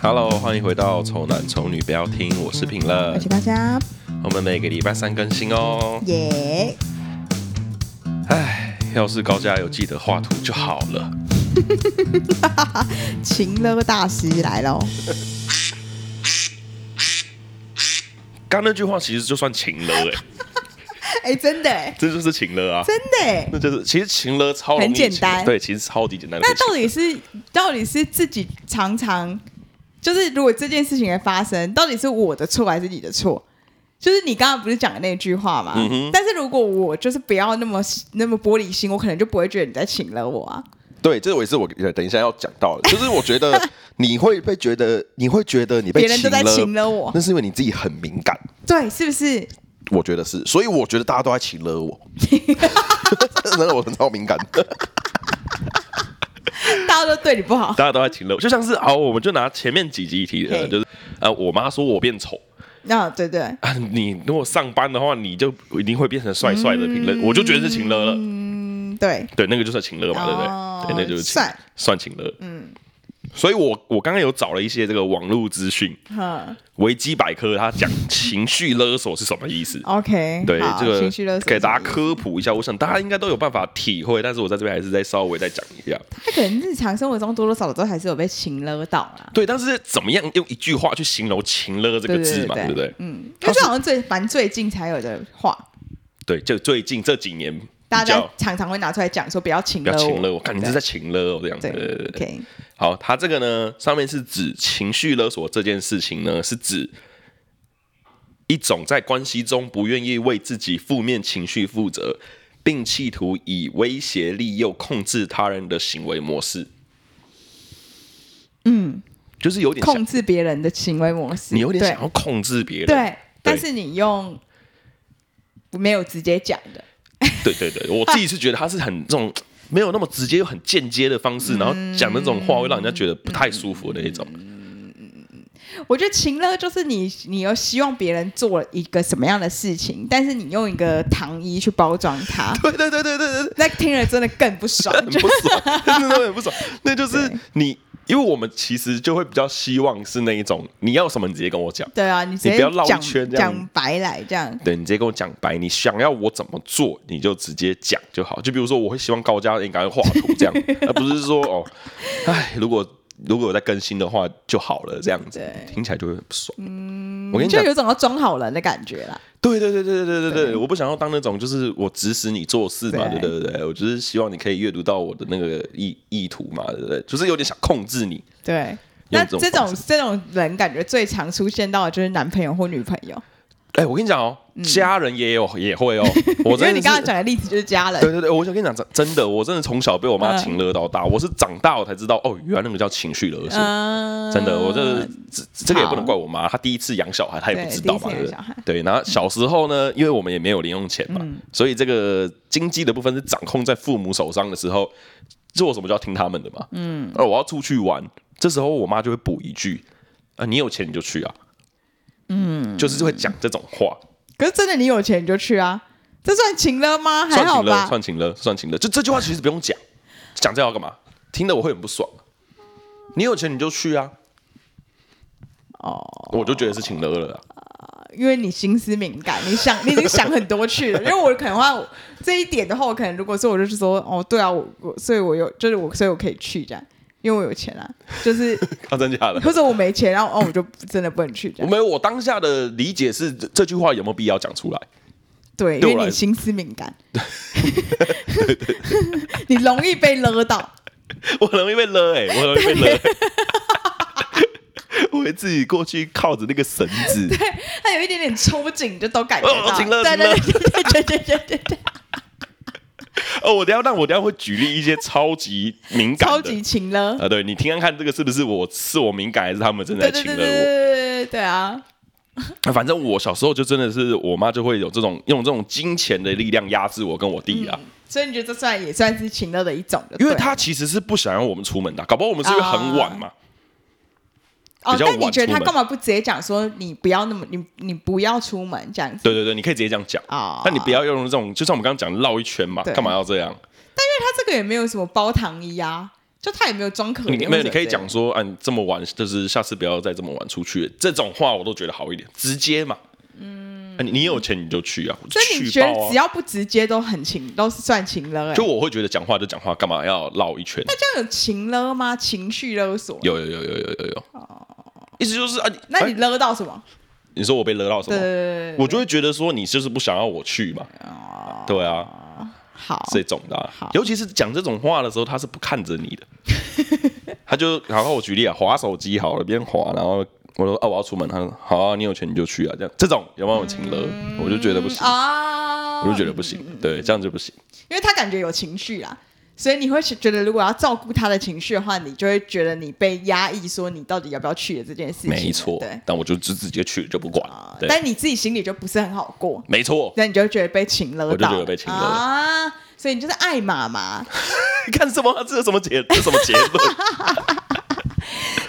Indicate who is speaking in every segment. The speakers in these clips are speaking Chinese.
Speaker 1: Hello，欢迎回到《丑男丑女不要听》，我是平乐
Speaker 2: 谢，谢大家，
Speaker 1: 我们每个礼拜三更新哦。
Speaker 2: 耶、
Speaker 1: 唉，要是高嘉有记得画图就好了。
Speaker 2: 情乐大师来喽！
Speaker 1: 刚那句话其实就算情了哎、
Speaker 2: 哎、真的哎，
Speaker 1: 这就是情了啊，
Speaker 2: 真的哎。
Speaker 1: 那就是其实情了超容易
Speaker 2: 很简单
Speaker 1: 情勒对，其实超级简单的
Speaker 2: 那
Speaker 1: 事情。
Speaker 2: 到底是到底是自己常常就是，如果这件事情的发生，到底是我的错还是你的错？就是你刚刚不是讲的那句话嘛？
Speaker 1: 嗯哼
Speaker 2: 但是如果我就是不要那么那么玻璃心，我可能就不会觉得你在请了我啊。
Speaker 3: 对，这我也是我呃等一下要讲到的，就是我觉得 你会被觉得，你会觉得你被
Speaker 2: 别人都在请
Speaker 3: 情
Speaker 2: 了我
Speaker 3: 那是因为你自己很敏感，
Speaker 2: 对，是不是？
Speaker 3: 我觉得是，所以我觉得大家都在情了 我，真的我很超敏感，
Speaker 2: 大家都对你不好。
Speaker 1: 大家都在情了，就像是哦，我们就拿前面几集提的，
Speaker 2: 嘿
Speaker 1: 就是呃，我妈说我变丑。
Speaker 2: 那、对对，
Speaker 1: 啊，你如果上班的话，你就一定会变成帅帅的评论，我就觉得是情勒了。
Speaker 2: 嗯，对，
Speaker 1: 对，那个就算情勒嘛，对不对？
Speaker 2: 哦
Speaker 1: 对，那就是情
Speaker 2: 算
Speaker 1: 算情勒。嗯，所以我我刚刚有找了一些这个网络资讯，
Speaker 2: 哼
Speaker 1: 维基百科它讲情绪勒索是什么意思。
Speaker 2: ，OK，
Speaker 1: 对
Speaker 2: 哦好
Speaker 1: 这
Speaker 2: 情绪勒
Speaker 1: 个
Speaker 2: 索
Speaker 1: 给大家
Speaker 2: 是什么意
Speaker 1: 科
Speaker 2: 思
Speaker 1: 普一下，我想大家应该都有办法体会，但是我在这边还是再稍微再讲一下。
Speaker 2: 他可能日常生活中多多少少都还是有被情勒到啦。
Speaker 1: 对，但是怎么样用一句话去形容“情勒”这个字嘛，对不对？
Speaker 2: 嗯，
Speaker 1: 他
Speaker 2: 他
Speaker 1: 是
Speaker 2: 这好像最蛮最近才有的话，
Speaker 1: 对，就最近这几年比
Speaker 2: 大家
Speaker 1: 较
Speaker 2: 常常会拿出来讲说不要情
Speaker 1: 比
Speaker 2: 勒
Speaker 1: 较
Speaker 2: 我，
Speaker 1: 情勒，我看你是在情勒哦，这样子。
Speaker 2: 对
Speaker 1: 对对对对
Speaker 2: OK，
Speaker 1: 好，它这个呢，上面是指情绪勒索这件事情呢，是指一种在关系中不愿意为自己负面情绪负责，并企图以威胁、利诱、控制他人的行为模式。嗯，就是有点想
Speaker 2: 嗯控制别人的行为模式，
Speaker 1: 你有点
Speaker 2: 对
Speaker 1: 想要控制别人，
Speaker 2: 对，但是你用没有直接讲的，
Speaker 1: 对对对，我自己是觉得他是很这种没有那么直接又很间接的方式，然后讲那种话会让人家觉得不太舒服的那一种。
Speaker 2: 我觉得情勒就是你你又希望别人做了一个什么样的事情，但是你用一个糖衣去包装它，
Speaker 1: 对对对对对对，
Speaker 2: 那听了真的更不爽，
Speaker 1: 很
Speaker 2: 就
Speaker 1: 不爽，真的很不爽。那就是你，因为我们其实就会比较希望是那一种，你要什么你直接跟我讲，
Speaker 2: 对啊，你直接
Speaker 1: 你不要绕一
Speaker 2: 讲
Speaker 1: 圈这样
Speaker 2: 讲白来这样。
Speaker 1: 对你直接跟我讲白，你想要我怎么做，你就直接讲就好。就比如说，我会希望高家应该画图这样，而不是说哦，哎，如果如果有在更新的话就好了，这样子
Speaker 2: 对
Speaker 1: 听起来就会很不爽。我跟你
Speaker 2: 就
Speaker 1: 讲，
Speaker 2: 有种要装好人的感觉啦。
Speaker 1: 对对对对对对对对，我不想要当那种就是我指使你做事嘛，对
Speaker 2: 对
Speaker 1: 对对对，我就是希望你可以阅读到我的那个意意图嘛，对不对？就是有点想控制你。
Speaker 2: 对，
Speaker 1: 用
Speaker 2: 那
Speaker 1: 这种
Speaker 2: 这种
Speaker 1: 方
Speaker 2: 这种人感觉最常出现到的就是男朋友或女朋友，
Speaker 1: 哎、我跟你讲哦，家人也有、也会哦。我
Speaker 2: 因
Speaker 1: 真的
Speaker 2: 为
Speaker 1: 是
Speaker 2: 你刚刚讲的例子就是家人。
Speaker 1: 对对对，我想跟你讲，真真的，我真的从小被我妈
Speaker 2: 嗯
Speaker 1: 情勒到大，我是长大我才知道，哦，原来那个叫情绪勒索。
Speaker 2: 嗯
Speaker 1: 真的，我这这这个也
Speaker 2: 好
Speaker 1: 不能怪我妈，她第一次养小孩，她也
Speaker 2: 对
Speaker 1: 不知道嘛，
Speaker 2: 第一次养
Speaker 1: 对不对
Speaker 2: 小孩？嗯
Speaker 1: 对，然后小时候呢，因为我们也没有零用钱嘛，所以这个经济的部分是掌控在父母手上的时候，做什么就要听他们的嘛。嗯，而我要出去玩，这时候我妈就会补一句：“啊，你有钱你就去啊。”嗯，就是会讲这种话，
Speaker 2: 可是真的你有钱你就去啊，这算情了吗？还
Speaker 1: 算
Speaker 2: 好
Speaker 1: 情了，
Speaker 2: 吧。
Speaker 1: 算情了，算情了。就这句话其实不用讲，讲这要干嘛？听得我会很不爽。你有钱你就去啊，
Speaker 2: 哦，
Speaker 1: 我就觉得是情勒了啊。
Speaker 2: 因为你心思敏感，你想 你已经想很多去了。因为我可能的话，这一点的话，我可能如果说我就是说，哦，对啊，我我所以我有就是我所以我可以去这样，因为我有钱啊， 就是
Speaker 1: 啊，真假的？
Speaker 2: 或者我没钱，然后哦我就真的不能去这
Speaker 1: 我
Speaker 2: 样。
Speaker 1: 没有，我当下的理解是这这句话有没有必要讲出来？
Speaker 2: 对，因
Speaker 1: 对我
Speaker 2: 为
Speaker 1: 来
Speaker 2: 你心思敏感， 你容易被勒到。
Speaker 1: 我很容易被勒哎、我很容易被勒、 我会自己过去靠着那个绳子，
Speaker 2: 他有一点点抽筋，就都感觉
Speaker 1: 哦
Speaker 2: 到。
Speaker 1: 紧了
Speaker 2: 对
Speaker 1: 紧了
Speaker 2: 对对对对对对对对，
Speaker 1: 哦，我等一下，但我等一下会举例一些超级敏感的，
Speaker 2: 超级勤了。
Speaker 1: 啊，对你听看看这个是不是我是我敏感，还是他们正在
Speaker 2: 对
Speaker 1: 亲
Speaker 2: 对对对
Speaker 1: 了我？
Speaker 2: 对对对啊！
Speaker 1: 啊反正我小时候就真的是我妈就会有这种用这种金钱的力量压制我跟我弟啊，
Speaker 2: 所以你觉得这算也算是勤了的一种的，
Speaker 1: 因为
Speaker 2: 嗯对
Speaker 1: 她其实是不想让我们出门的，搞不好我们是因为很晚嘛，
Speaker 2: 哦
Speaker 1: 比，较晚
Speaker 2: 但哦你觉得
Speaker 1: 出
Speaker 2: 他
Speaker 1: 门
Speaker 2: 干嘛不直接讲说你不要那么你你不要出门这样子？
Speaker 1: 对对对，你可以直接这样讲，
Speaker 2: 啊
Speaker 1: 但你不要用这种，就像我们刚刚讲绕一圈嘛，
Speaker 2: 对
Speaker 1: 干嘛要这样？
Speaker 2: 他这个也没有什么包糖衣啊，就他也没有装可怜，
Speaker 1: 你嗯
Speaker 2: 或
Speaker 1: 没
Speaker 2: 者
Speaker 1: 有，你可以讲说，啊，你这么晚，就是下次不要再这么晚出去了，这种话我都觉得好一点，直接嘛。嗯，你你有钱你就去啊，我就
Speaker 2: 所以你
Speaker 1: 去
Speaker 2: 觉得
Speaker 1: 报
Speaker 2: 只
Speaker 1: 啊。
Speaker 2: 要不直接都很情，都是算情勒、欸？
Speaker 1: 就我会觉得讲话就讲话，干嘛要绕一圈？
Speaker 2: 那这样有情勒吗？情绪勒索？
Speaker 1: 有有有有有有有。意思就是啊，你
Speaker 2: 哦那你
Speaker 1: 哎
Speaker 2: 勒到什么？
Speaker 1: 你说我被勒到什
Speaker 2: 对
Speaker 1: 么？
Speaker 2: 对对对对，
Speaker 1: 我就会觉得说你就是不想要我去嘛。对啊，
Speaker 2: 好，
Speaker 1: 这种的啊
Speaker 2: 好，
Speaker 1: 尤其是讲这种话的时候，他是不看着你的， 他就然后我举例啊，划手机好了，边划，然后我说啊我要出门，他说好啊，你有钱你就去啊，这样这种有没有情勒？
Speaker 2: 嗯
Speaker 1: 我就觉得不行。
Speaker 2: 啊，
Speaker 1: 我就觉得不行，
Speaker 2: 嗯
Speaker 1: 对，这样就不行。
Speaker 2: 因为他感觉有情绪啦，所以你会觉得，如果要照顾他的情绪的话，你就会觉得你被压抑，说你到底要不要去的这件事情。
Speaker 1: 没错
Speaker 2: 对，
Speaker 1: 但我就直直接去了就不管
Speaker 2: 啊
Speaker 1: 了，，对，
Speaker 2: 但你自己心里就不是很好过，。
Speaker 1: 没错
Speaker 2: 那你就会觉得被情勒到，
Speaker 1: 我就觉得被情勒了
Speaker 2: 啊，所以你就是爱妈妈，
Speaker 1: 看什么？这是什么结？这是什么结论？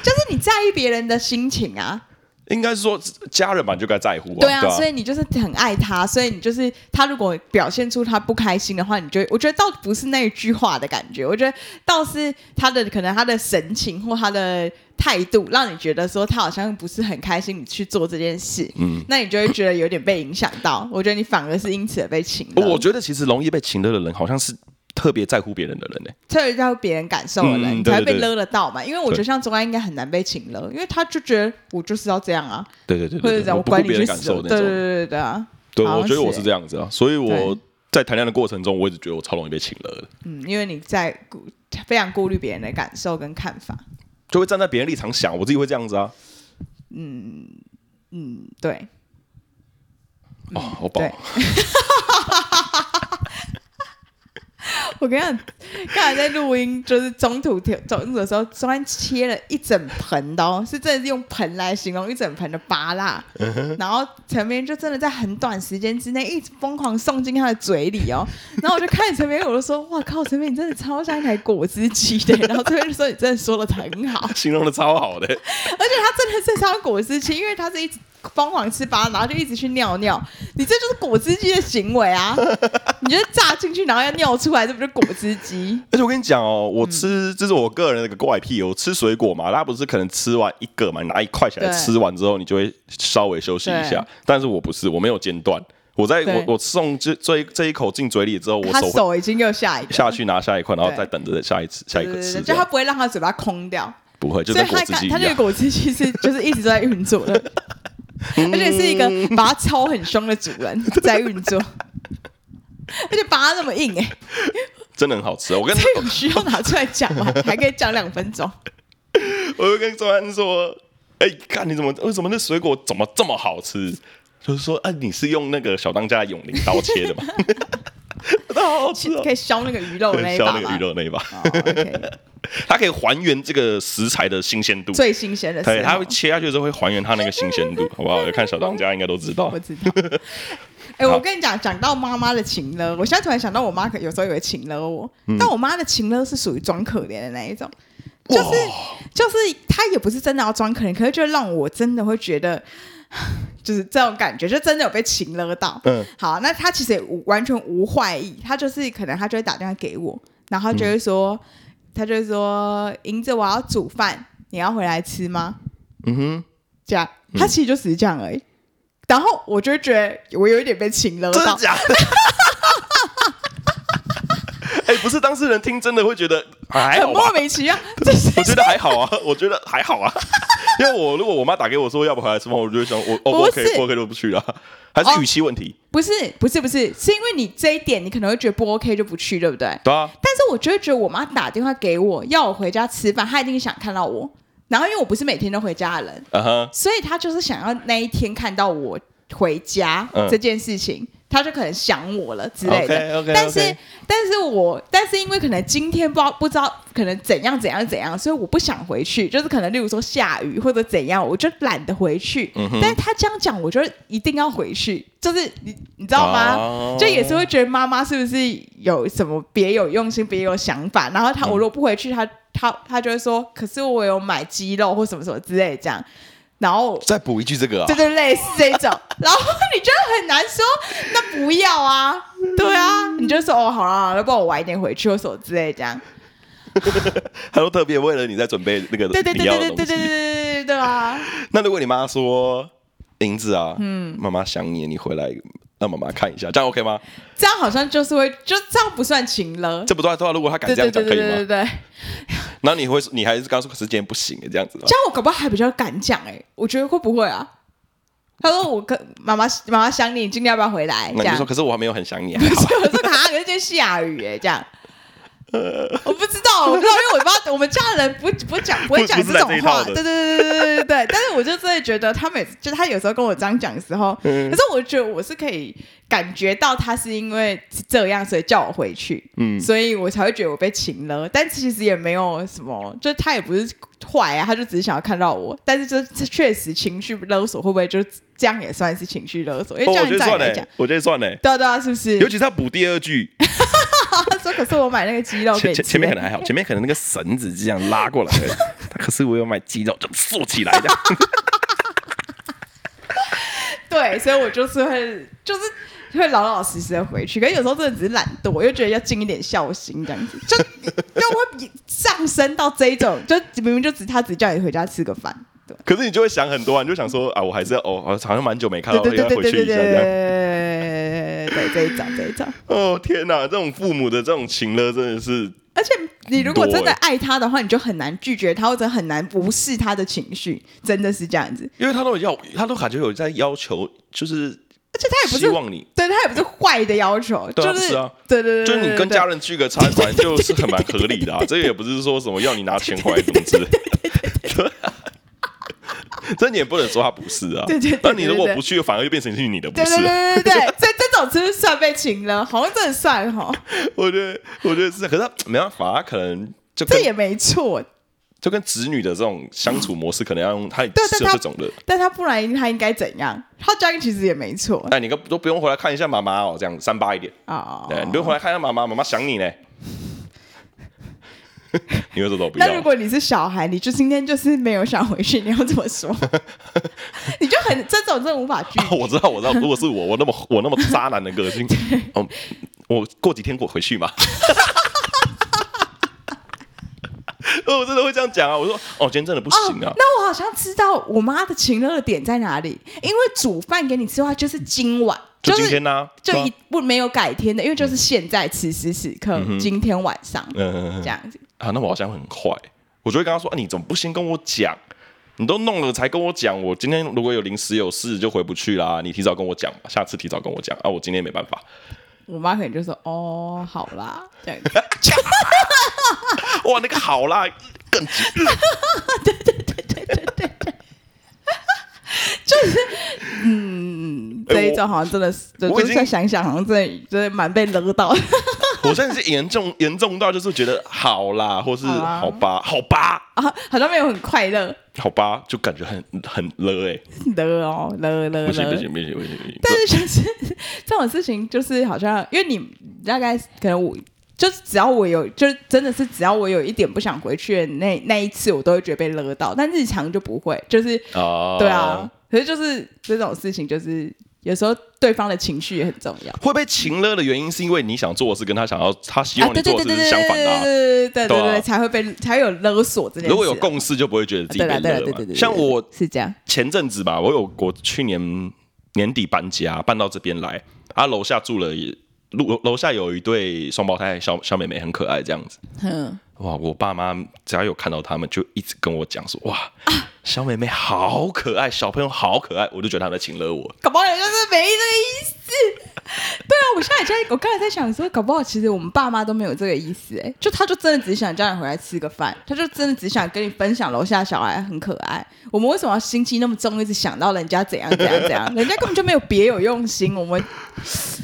Speaker 2: 就是你在意别人的心情啊，
Speaker 1: 应该是说家人嘛，你就该在乎啊，
Speaker 2: 对啊，所以你就是很爱他，所以你就是他如果表现出他不开心的话，你就我觉得倒不是那一句话的感觉，我觉得倒是他的可能他的神情或他的态度，让你觉得说他好像不是很开心，你去做这件事，嗯，那你就会觉得有点被影响到。我觉得你反而是因此而被请了，
Speaker 1: 我觉得其实容易被情勒的人，好像是特别在乎别人的人呢、欸
Speaker 2: 特别在乎别人感受的人，
Speaker 1: 嗯
Speaker 2: 你才
Speaker 1: 对
Speaker 2: 会被
Speaker 1: 对对
Speaker 2: 勒得到嘛。因为我觉得
Speaker 1: 对
Speaker 2: 像钟安应该很难被请勒，因为他就觉得我就是要这样啊，
Speaker 1: 对对对
Speaker 2: 或
Speaker 1: 对，
Speaker 2: 者
Speaker 1: 对
Speaker 2: 讲
Speaker 1: 我
Speaker 2: 我
Speaker 1: 不顾
Speaker 2: 管你
Speaker 1: 别
Speaker 2: 去
Speaker 1: 人感
Speaker 2: 死
Speaker 1: 受
Speaker 2: 哦，
Speaker 1: 那
Speaker 2: 对对对
Speaker 1: 种。
Speaker 2: 对对啊。
Speaker 1: 对，
Speaker 2: 好像
Speaker 1: 我觉得我
Speaker 2: 欸
Speaker 1: 是这样子啊，所以我
Speaker 2: 对
Speaker 1: 在谈恋爱的过程中，我一直觉得我超容易被情勒的，
Speaker 2: 嗯，因为你在顾非常顾虑别人的感受跟看法。
Speaker 1: 就会站在别人立场想，我自己会这样子啊。
Speaker 2: 嗯，对，嗯
Speaker 1: 哦，好饱
Speaker 2: 对。我跟你讲，刚才在录音，就是中途停中途的时候，突然切了一整盆的哦，是真的是用盆来形容一整盆的芭辣，然后陈明就真的在很短时间之内一直疯狂送进他的嘴里哦，然后我就看着陈明，我就说：“哇靠，陈明你真的超像一台果汁机的。”然后这边就说：“你真的说的很好。”
Speaker 1: 形容的超好 的、
Speaker 2: 而且他真的是超果汁机，因为他是一直疯狂吃巴，然后就一直去尿尿。你这就是果汁机的行为 啊！你就是炸进去，然后要尿出来，这不是果汁机？
Speaker 1: 而且我跟你讲哦，我
Speaker 2: 嗯
Speaker 1: 吃、这是我个人的一个怪癖，我吃水果嘛，大家不是可能吃完一个嘛，你拿一块起来
Speaker 2: 对
Speaker 1: 吃完之后，你就会稍微休息一下
Speaker 2: 对。
Speaker 1: 但是我不是，我没有间断，我在
Speaker 2: 对
Speaker 1: 我我送这这一这一口进嘴里之后，我
Speaker 2: 他
Speaker 1: 手会
Speaker 2: 手已经又下一个
Speaker 1: 下，去拿下一块，然后
Speaker 2: 对
Speaker 1: 再等着下一次下一
Speaker 2: 对
Speaker 1: 个
Speaker 2: 对
Speaker 1: 吃
Speaker 2: 对，
Speaker 1: 这
Speaker 2: 就他
Speaker 1: 样。
Speaker 2: 不会让他嘴巴空掉，
Speaker 1: 不会，就
Speaker 2: 所以
Speaker 1: 跟果
Speaker 2: 他
Speaker 1: 汁机一
Speaker 2: 看他那个
Speaker 1: 样。嗯
Speaker 2: 果汁机是就是一直都在运作的，而且是一个把它操很凶的主 人在运作。而且拔那么硬哎、
Speaker 1: 真的很好吃。我跟
Speaker 2: 这有需要拿出来讲吗？还可以讲两分钟。
Speaker 1: 我就跟周安说：“哎、看你怎么为什么那水果怎么这么好吃？”就是说，哎、你是用那个小当家的永灵刀切 的吗？ 那好好吃哦
Speaker 2: 可，以削那个鱼肉 的那一
Speaker 1: 削
Speaker 2: 把
Speaker 1: 那
Speaker 2: 吗
Speaker 1: 个鱼？肉那一把。
Speaker 2: 哦，OK
Speaker 1: 它可以还原这个食材的新鲜度。
Speaker 2: 最新鲜的时候，
Speaker 1: 对，它会切下去的时候会还原它那个新鲜度，好不好？看小当家应该都知道
Speaker 2: 我。知道。 哎、
Speaker 1: 好
Speaker 2: 我跟你讲，讲到妈妈的情勒，我现在突然想到，我妈可有时候也会情勒我，
Speaker 1: 嗯
Speaker 2: 但我妈的情勒是属于装可怜的那一种，就是就是她也不是真的要装可怜，可是就让我真的会觉得。 就是这种感觉，就真的有被情勒到。
Speaker 1: 嗯
Speaker 2: 好，那她其实也无完全无坏意，她就是可能她就会打电话给我，然后她就会说，她就会说，银子我要煮饭，你要回来吃吗？
Speaker 1: 嗯哼，
Speaker 2: 这样，
Speaker 1: 嗯
Speaker 2: 他其实就只是这样而已。然后我就会觉得我有一点被情勒
Speaker 1: 真的
Speaker 2: 到，
Speaker 1: 假的？ 哎、不是当事人听真的会觉得还
Speaker 2: 很
Speaker 1: 好吧
Speaker 2: 莫？名其妙。就是
Speaker 1: 我觉得还好啊， 我觉得还好 啊。因为我如果我妈打给我说要不回来吃饭，我就会想我哦不
Speaker 2: 不
Speaker 1: OK
Speaker 2: 是哦
Speaker 1: 不 OK 就不去了，还是语气问题，
Speaker 2: 不是不是不是，是因为你这一点你可能会觉得不 OK 就不去，对不对？
Speaker 1: 对啊，
Speaker 2: 但是我就会觉得我妈打电话给我要我回家吃饭，她一定想看到我。然后因为我不是每天都回家的人，
Speaker 1: 啊哈，
Speaker 2: 所以她就是想要那一天看到我回家
Speaker 1: 嗯
Speaker 2: 这件事情，她就可能想我了之类的。
Speaker 1: OK，OK，OK
Speaker 2: 但是但是我但是因为可能今天不知道不知道可能怎样怎样怎样，所以我不想回去，就是可能例如说下雨或者怎样，我就懒得回去。
Speaker 1: 嗯
Speaker 2: 但是他这样讲，我就一定要回去，就是你你知道吗？
Speaker 1: 哦
Speaker 2: 就也是会觉得妈妈是不是有什么别有用心、别有想法？然后他我如果不回去，他他他就会说，可是我有买鸡肉或什么什么之类的这样。然后
Speaker 3: 再补一句这个啊
Speaker 2: 对，对，类似这种，然后你就很难说，那不要啊，对啊，你就说哦，好啦，好啦那不然我晚一点回去，或什么之类这样。
Speaker 1: 他都特别为了你在准备那个
Speaker 2: 对对
Speaker 1: 你
Speaker 2: 对
Speaker 1: 要
Speaker 2: 对
Speaker 1: 的
Speaker 2: 对
Speaker 1: 东
Speaker 2: 对对对
Speaker 1: 西。
Speaker 2: 对对嗯啊！
Speaker 1: 那如果你妈说银子啊，嗯，妈妈想你，你回来让妈妈看一下，这样 OK 吗？
Speaker 2: 这样好像就是会，就这样不算情了。
Speaker 1: 这不对，对啊，如果他敢
Speaker 2: 对
Speaker 1: 这
Speaker 2: 对
Speaker 1: 样讲，
Speaker 2: 对
Speaker 1: 可
Speaker 2: 对
Speaker 1: 以
Speaker 2: 对
Speaker 1: 吗？
Speaker 2: 对对，
Speaker 1: 然后你会，你还是刚说时间不行，这样子吗啊
Speaker 2: 这？样我搞不好还比较敢讲哎、我觉得会不会啊？他说我跟妈妈妈妈想你，今天要不要回来？
Speaker 1: 那
Speaker 2: 这
Speaker 1: 你就
Speaker 2: 样
Speaker 1: 说，可是我还没有很想你啊。
Speaker 2: 可是我说他，可是今天下雨哎、这样。我不知道，我不知道，因为我不知 道我们家人不不讲不会讲
Speaker 1: 不是
Speaker 2: 这
Speaker 1: 来
Speaker 2: 种
Speaker 1: 这一套
Speaker 2: 话，
Speaker 1: 的
Speaker 2: 对对对对对对对。但是我就真的觉得他每次就他有时候跟我这样讲的时候，
Speaker 1: 嗯
Speaker 2: 可是我觉得我是可以感觉到他是因为这样，所以叫我回去，嗯，所以我才会觉得我被请了。但其实也没有什么，就他也不是坏啊，他就只是想要看到我。但是这这确实情绪勒索会不会就这样也算是情绪勒索？因
Speaker 1: 哦
Speaker 2: 为这
Speaker 1: 我
Speaker 2: 样
Speaker 1: 觉得
Speaker 2: 照理
Speaker 1: 算
Speaker 2: 来
Speaker 1: 嘞、
Speaker 2: 讲，
Speaker 1: 我觉得算嘞、
Speaker 2: 对啊对啊，是不是？
Speaker 1: 尤其是他补第二句，
Speaker 2: 他说：“可是我买那个鸡肉给
Speaker 1: 前
Speaker 2: 你吃
Speaker 1: 前前面可能还好，前面可能那个绳子这样拉过来 了，可是我有买鸡肉，就竖起来的。
Speaker 2: 对，所以我就是会就是会老老实实的回去。可是有时候真的只是懒惰，我又觉得要尽一点孝心这样子，就就会上升到这一种，就明明就只他只叫你回家吃个饭，对
Speaker 1: 可是你就会想很多、啊，你就想说啊，我还是要哦，好像蛮久没看到，
Speaker 2: 对
Speaker 1: 应该
Speaker 2: 对对
Speaker 1: 回
Speaker 2: 对
Speaker 1: 去
Speaker 2: 对对
Speaker 1: 一下这样。
Speaker 2: 对对这一种这一种。
Speaker 1: 哦天哪，这种父母的这种情勒真的是，
Speaker 2: 而且你如果
Speaker 1: 很多
Speaker 2: 真的
Speaker 1: 欸
Speaker 2: 爱他的话，你就很难拒绝他，或者很难无视他的情绪，真的是这样子。
Speaker 1: 因为他都有要，他都感觉有在要求，就是
Speaker 2: 而且他也不
Speaker 1: 希
Speaker 2: 是，
Speaker 1: 望你，
Speaker 2: 对他也不是坏的要求，
Speaker 1: 对啊
Speaker 2: 就是
Speaker 1: 啊
Speaker 2: 对对对，
Speaker 1: 就是你
Speaker 2: 对
Speaker 1: 跟
Speaker 2: 对
Speaker 1: 家人聚个餐，反正就是很蛮合理的啊。这个也不是说什么要你拿钱 回来怎么之类的。 这你也不能说他不是啊。
Speaker 2: 对对对对
Speaker 1: 那你如果不去，反而就变成是你的不
Speaker 2: 对对
Speaker 1: 是啊。
Speaker 2: 对对 对，对，这这种就是算被请了，好像真的算哈，
Speaker 1: 我觉得，我觉得是，可是他没办法，啊他可能就
Speaker 2: 这
Speaker 1: 跟
Speaker 2: 也没错。
Speaker 1: 就跟子女的这种相处模式，可能要用他也
Speaker 2: 对但
Speaker 1: 是有
Speaker 2: 他
Speaker 1: 这种的。
Speaker 2: 但他不然他应该怎样？他这样其实也没错
Speaker 1: 哎，你都都不用回来看一下妈妈哦，这样三八一点。
Speaker 2: 啊。
Speaker 1: 对，你不用回来看一下妈妈，妈妈想你呢。 你会说我不要
Speaker 2: 那？如果你是小孩，你就今天就是没有想回去，你要怎 么说？你就很这种真的无法拒
Speaker 1: 啊 我知道，我知道，如果是我，我那么我那么渣男的个性，哦，我过几天我回去嘛。 哦我真的会这样讲啊！我说，哦，今天真的不
Speaker 2: 哦
Speaker 1: 行啊，。
Speaker 2: 那我好像知道我妈的情乐的点在哪里，因为煮饭给你吃的话就是今晚，
Speaker 1: 就是嗯今天呐，
Speaker 2: 就
Speaker 1: 对啊
Speaker 2: 一不没有改天的，因为就是现在此时此刻，今天晚上、
Speaker 1: 嗯嗯嗯
Speaker 2: 这样子。
Speaker 1: 啊，那我好像很坏，我就会跟他说，啊，你怎么不先跟我讲？你都弄了才跟我讲，我今天如果有临时有事就回不去啦。你提早跟我讲嘛，下次提早跟我讲啊，我今天没办法。
Speaker 2: 我妈可能就说：“哦，好啦，这 样子。
Speaker 1: 哎哇，那个好啦，更急。
Speaker 2: 嗯”
Speaker 1: 哎
Speaker 2: 这一种好像真的是，
Speaker 1: 我已
Speaker 2: 就是
Speaker 1: 经
Speaker 2: 再想一想，好像真的真的 蛮被勒到。
Speaker 1: 我现在是严重严重到就是觉得好啦，或是
Speaker 2: 好啊
Speaker 1: 好吧，好吧。
Speaker 2: 啊，好像没有很快乐，
Speaker 1: 好吧，就感觉很很了哎、欸，
Speaker 2: 勒哦，勒勒
Speaker 1: 不行不
Speaker 2: 勒。
Speaker 1: 行不行不行不行，
Speaker 2: 但是就是这种事情，就是好像因为你大概可能我。就是只要我有，就是真的是只要我有一点不想回去的那那一次，我都会觉得被勒到。但日常就不会，就是
Speaker 1: 啊
Speaker 2: 对啊，，可是就是这种事情，就是有时候对方的情绪也很重要。
Speaker 1: 会被情勒的原因是因为你想做的事跟他想要他希
Speaker 2: 啊，
Speaker 1: 望
Speaker 2: 对
Speaker 1: 你
Speaker 2: 对
Speaker 1: 做
Speaker 2: 对
Speaker 1: 的
Speaker 2: 对
Speaker 1: 事是
Speaker 2: 对
Speaker 1: 相反的、啊。
Speaker 2: 对对对对
Speaker 1: 对啊
Speaker 2: 对，才会被才有勒索这件事。
Speaker 1: 如果有共识，就不会觉得自己
Speaker 2: 对
Speaker 1: 被
Speaker 2: 啦对啦
Speaker 1: 勒
Speaker 2: 对
Speaker 1: 嘛
Speaker 2: 对对，。
Speaker 1: 像我
Speaker 2: 是这样，
Speaker 1: 前阵子吧，我有我去年年底搬家，搬到这边来，啊，楼下住了一楼楼下有一对双胞胎小小妹妹，很可爱这样子。
Speaker 2: 嗯，
Speaker 1: 哇，我爸妈只要有看到他们，就一直跟我讲说，哇，小妹妹好可爱，小朋友好可爱，我就觉得他们在情勒我。
Speaker 2: 搞不好人就是没这个意思。对啊，我现在在，我刚才在想说，搞不好其实我们爸妈都没有这个意思，哎，就他就真的只想叫你回来吃个饭，他就真的只想跟你分享楼下小孩很可爱。我们为什么要心机那么重，一直想到人家怎样怎样怎样？ 人家根本就没有别有用心，我们会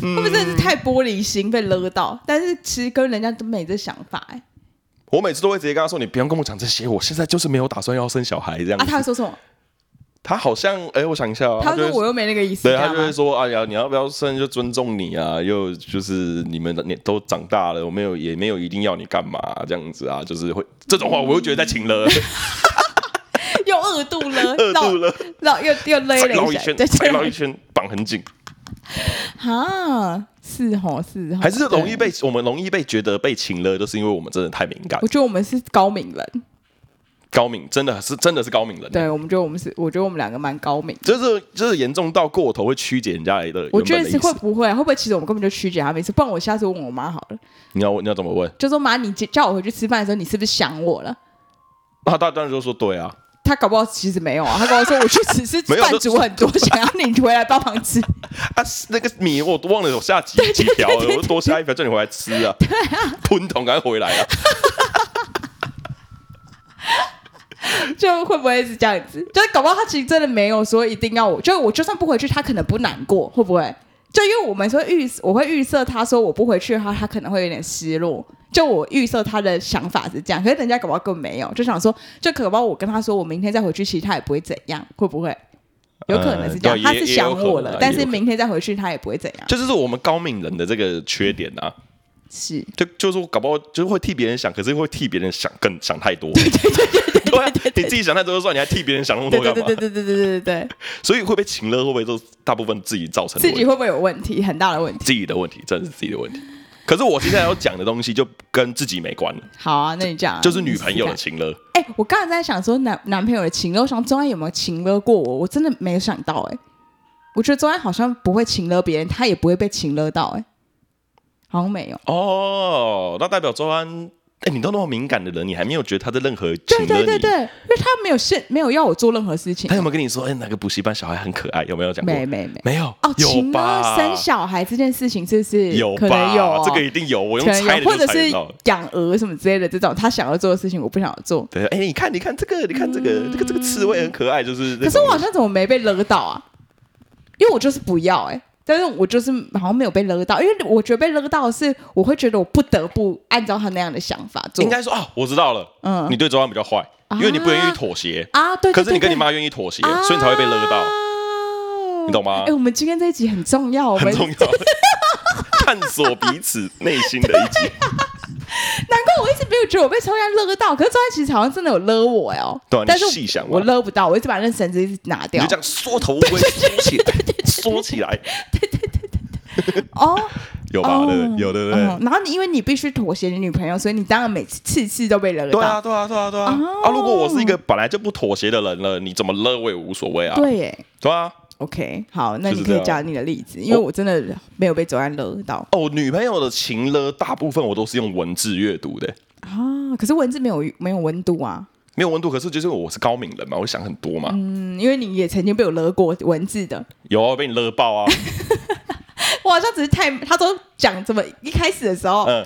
Speaker 1: 嗯
Speaker 2: 不会真的是太玻璃心被勒到？但是其实跟人家都没这想法，哎，
Speaker 1: 我每次都会直接跟他说：“你不用跟我讲这些，我现在就是没有打算要生小孩这样
Speaker 2: 啊，
Speaker 1: 子。
Speaker 2: 他会说什么？
Speaker 1: 他好像，哎、我想一下、哦，
Speaker 2: 他
Speaker 1: 就
Speaker 2: 说
Speaker 1: 会
Speaker 2: 我又没那个意思，
Speaker 1: 对
Speaker 2: 这
Speaker 1: 他
Speaker 2: 样
Speaker 1: 就
Speaker 2: 吗
Speaker 1: 会说：“哎呀，你要不要生就尊重你啊，又就是你们你都长大了，我没有也没有一定要你干嘛、这样子啊，就是会这种话，我又觉得在请了，
Speaker 2: 又二度了，
Speaker 1: 饿肚了，
Speaker 2: 绕，绕又又勒
Speaker 1: 再
Speaker 2: 了
Speaker 1: 绕一
Speaker 2: 下，
Speaker 1: 圈，
Speaker 2: 对，
Speaker 1: 再
Speaker 2: 对
Speaker 1: 绕一圈，绑很紧。
Speaker 2: 哈，是吼是哦吼，
Speaker 1: 还是容易
Speaker 2: 对。
Speaker 1: 被我们容易被觉得被情了，就是因为我们真的太敏感
Speaker 2: 我，觉得我们是高敏人，
Speaker 1: 高敏真的是真的是高敏人，
Speaker 2: 对，我们觉得我们是，我觉得我们两个蛮高敏的。
Speaker 1: 就是就是严重到过头会曲解人家来的原
Speaker 2: 我觉
Speaker 1: 本的
Speaker 2: 得是
Speaker 1: 意
Speaker 2: 会
Speaker 1: 思。
Speaker 2: 不会，会不会其实我们根本就曲解他们意思？不然我下次问我妈好了，
Speaker 1: 你要你要怎么问？
Speaker 2: 就说妈，你叫我回去吃饭的时候，你是不是想我了？
Speaker 1: 那他当然就说对啊，
Speaker 2: 他搞不好其实没有啊，他跟我说我去 只是
Speaker 1: 没有
Speaker 2: 饭
Speaker 1: 就
Speaker 2: 煮很多，想要你回来帮忙吃。
Speaker 1: 啊那个米我忘了有下几几条了，我就多下一条叫你回来吃 啊，吞桶赶快回来啊。
Speaker 2: 就会不会是这样子？就是搞不好他其实真的没有说一定要我，就我就算不回去，他可能不难过，会不会？就因为我们说预，我会预设他说我不回去的话，他可能会有点失落。就我预设他的想法是这样，可是人家搞不好根本没有，就想说，就可不好我跟他说我明天再回去，其实他也不会怎样，会不会？有可能是这
Speaker 1: 呃
Speaker 2: 样，
Speaker 1: 对
Speaker 2: 他
Speaker 1: 也
Speaker 2: 是
Speaker 1: 也
Speaker 2: 想
Speaker 1: 有可能
Speaker 2: 我
Speaker 1: 啊
Speaker 2: 了
Speaker 1: 也，
Speaker 2: 但
Speaker 1: 有
Speaker 2: 是
Speaker 1: 可
Speaker 2: 明天再回去他也不会怎样。
Speaker 1: 这就是我们高敏人的这个缺点啊，
Speaker 2: 是，
Speaker 1: 就就是我搞不好就是会替别人想，可是会替别人想更想太多。对啊，你自己想太多就算，你还替别人想那么
Speaker 2: 对
Speaker 1: 多
Speaker 2: 对
Speaker 1: 干
Speaker 2: 对对
Speaker 1: 嘛？
Speaker 2: 对对对对对，
Speaker 1: 所以会被情勒，会不会都大部分自己造成的
Speaker 2: 自
Speaker 1: 问
Speaker 2: 己
Speaker 1: 题？
Speaker 2: 会不会有问题？很大的问题。
Speaker 1: 自己的问题，真的是自己的问题。可是我现在要讲的东西就跟自己没关了，
Speaker 2: 好啊，那你讲啊，
Speaker 1: 就是
Speaker 2: 你
Speaker 1: 女
Speaker 2: 试
Speaker 1: 朋
Speaker 2: 试
Speaker 1: 友
Speaker 2: 看
Speaker 1: 的情勒。
Speaker 2: 哎、我刚才在想说男男朋友的情勒，我想钟安有没有情勒过我？我真的没有想到哎、我觉得钟安好像不会情勒别人，他也不会被情勒到哎、好像没有。
Speaker 1: 哦，那代表周安，哎、你都那么敏感的人，你还没有觉得他的任何情勒
Speaker 2: 对
Speaker 1: 你？
Speaker 2: 对对对，因为他没有现没有要我做任何事情
Speaker 1: 他，有没有跟你说，哎、哪个补习班小孩很可爱？有没有讲过？
Speaker 2: 没没没。
Speaker 1: 没有
Speaker 2: 哦，
Speaker 1: 有
Speaker 2: 情
Speaker 1: 吧？
Speaker 2: 勒生小孩这件事情是不是
Speaker 1: 有吧？
Speaker 2: 可能有、哦，
Speaker 1: 这个一定有，我
Speaker 2: 可
Speaker 1: 用
Speaker 2: 能
Speaker 1: 猜的
Speaker 2: 有，或
Speaker 1: 就
Speaker 2: 者
Speaker 1: 猜
Speaker 2: 是
Speaker 1: 得到了。
Speaker 2: 养鹅什么之类的这种，他想要做的事情我不想要做。
Speaker 1: 对，哎、你看，你看这个，你看这个，这个这个刺猬很可爱，就是那种。
Speaker 2: 嗯可是我好像怎么没被勒到啊？因为我就是不要哎、但是我就是好像没有被勒到，因为我觉得被勒到的是我会觉得我不得不按照他那样的想法做。
Speaker 1: 应该说啊，我知道了，
Speaker 2: 嗯
Speaker 1: 你对周安比较坏，因为你不愿意妥协，
Speaker 2: 啊，对
Speaker 1: 可是你跟你，妈愿意妥协，
Speaker 2: 对对对
Speaker 1: 所以你才会被勒到，
Speaker 2: 啊
Speaker 1: 你懂吗
Speaker 2: 哎、我们今天这一集很重要，我们
Speaker 1: 很重 要。探索彼此内心的 一集，
Speaker 2: 难怪我一直没有觉得我被抽烟勒到，可是抽烟其实好像真的有勒我哎、哦，
Speaker 1: 对啊你
Speaker 2: 但是
Speaker 1: 细想嘛
Speaker 2: 我勒不到，我一直把那绳子一直拿
Speaker 1: 你
Speaker 2: 掉
Speaker 1: 就这。样缩头乌龟缩起来，缩起来，
Speaker 2: 哦，
Speaker 1: 有吧？
Speaker 2: 哦
Speaker 1: 对不对，有对不对
Speaker 2: 嗯？然后你因为你必须妥协你女朋友，所以你当然每次次次都被勒到。
Speaker 1: 对啊，对啊，对啊，对啊！
Speaker 2: 哦
Speaker 1: 啊，如果我是一个本来就不妥协的人了，你怎么勒我也无所谓啊，
Speaker 2: 对耶。
Speaker 1: 对啊。
Speaker 2: OK，好，那
Speaker 1: 就
Speaker 2: 你
Speaker 1: 是
Speaker 2: 可
Speaker 1: 这
Speaker 2: 以
Speaker 1: 样
Speaker 2: 讲你的例子，因为我真的没有被左岸勒到
Speaker 1: 哦，女朋友的情勒，大部分我都是用文字阅读的，
Speaker 2: 啊。可是文字没有没有温度啊，
Speaker 1: 没有温度。可是就是我是高敏人嘛，我想很多嘛，
Speaker 2: 嗯，因为你也曾经被我勒过文字的，
Speaker 1: 有啊，被你勒爆啊，
Speaker 2: 我好像只是太他都讲怎么一开始的时候，
Speaker 1: 嗯，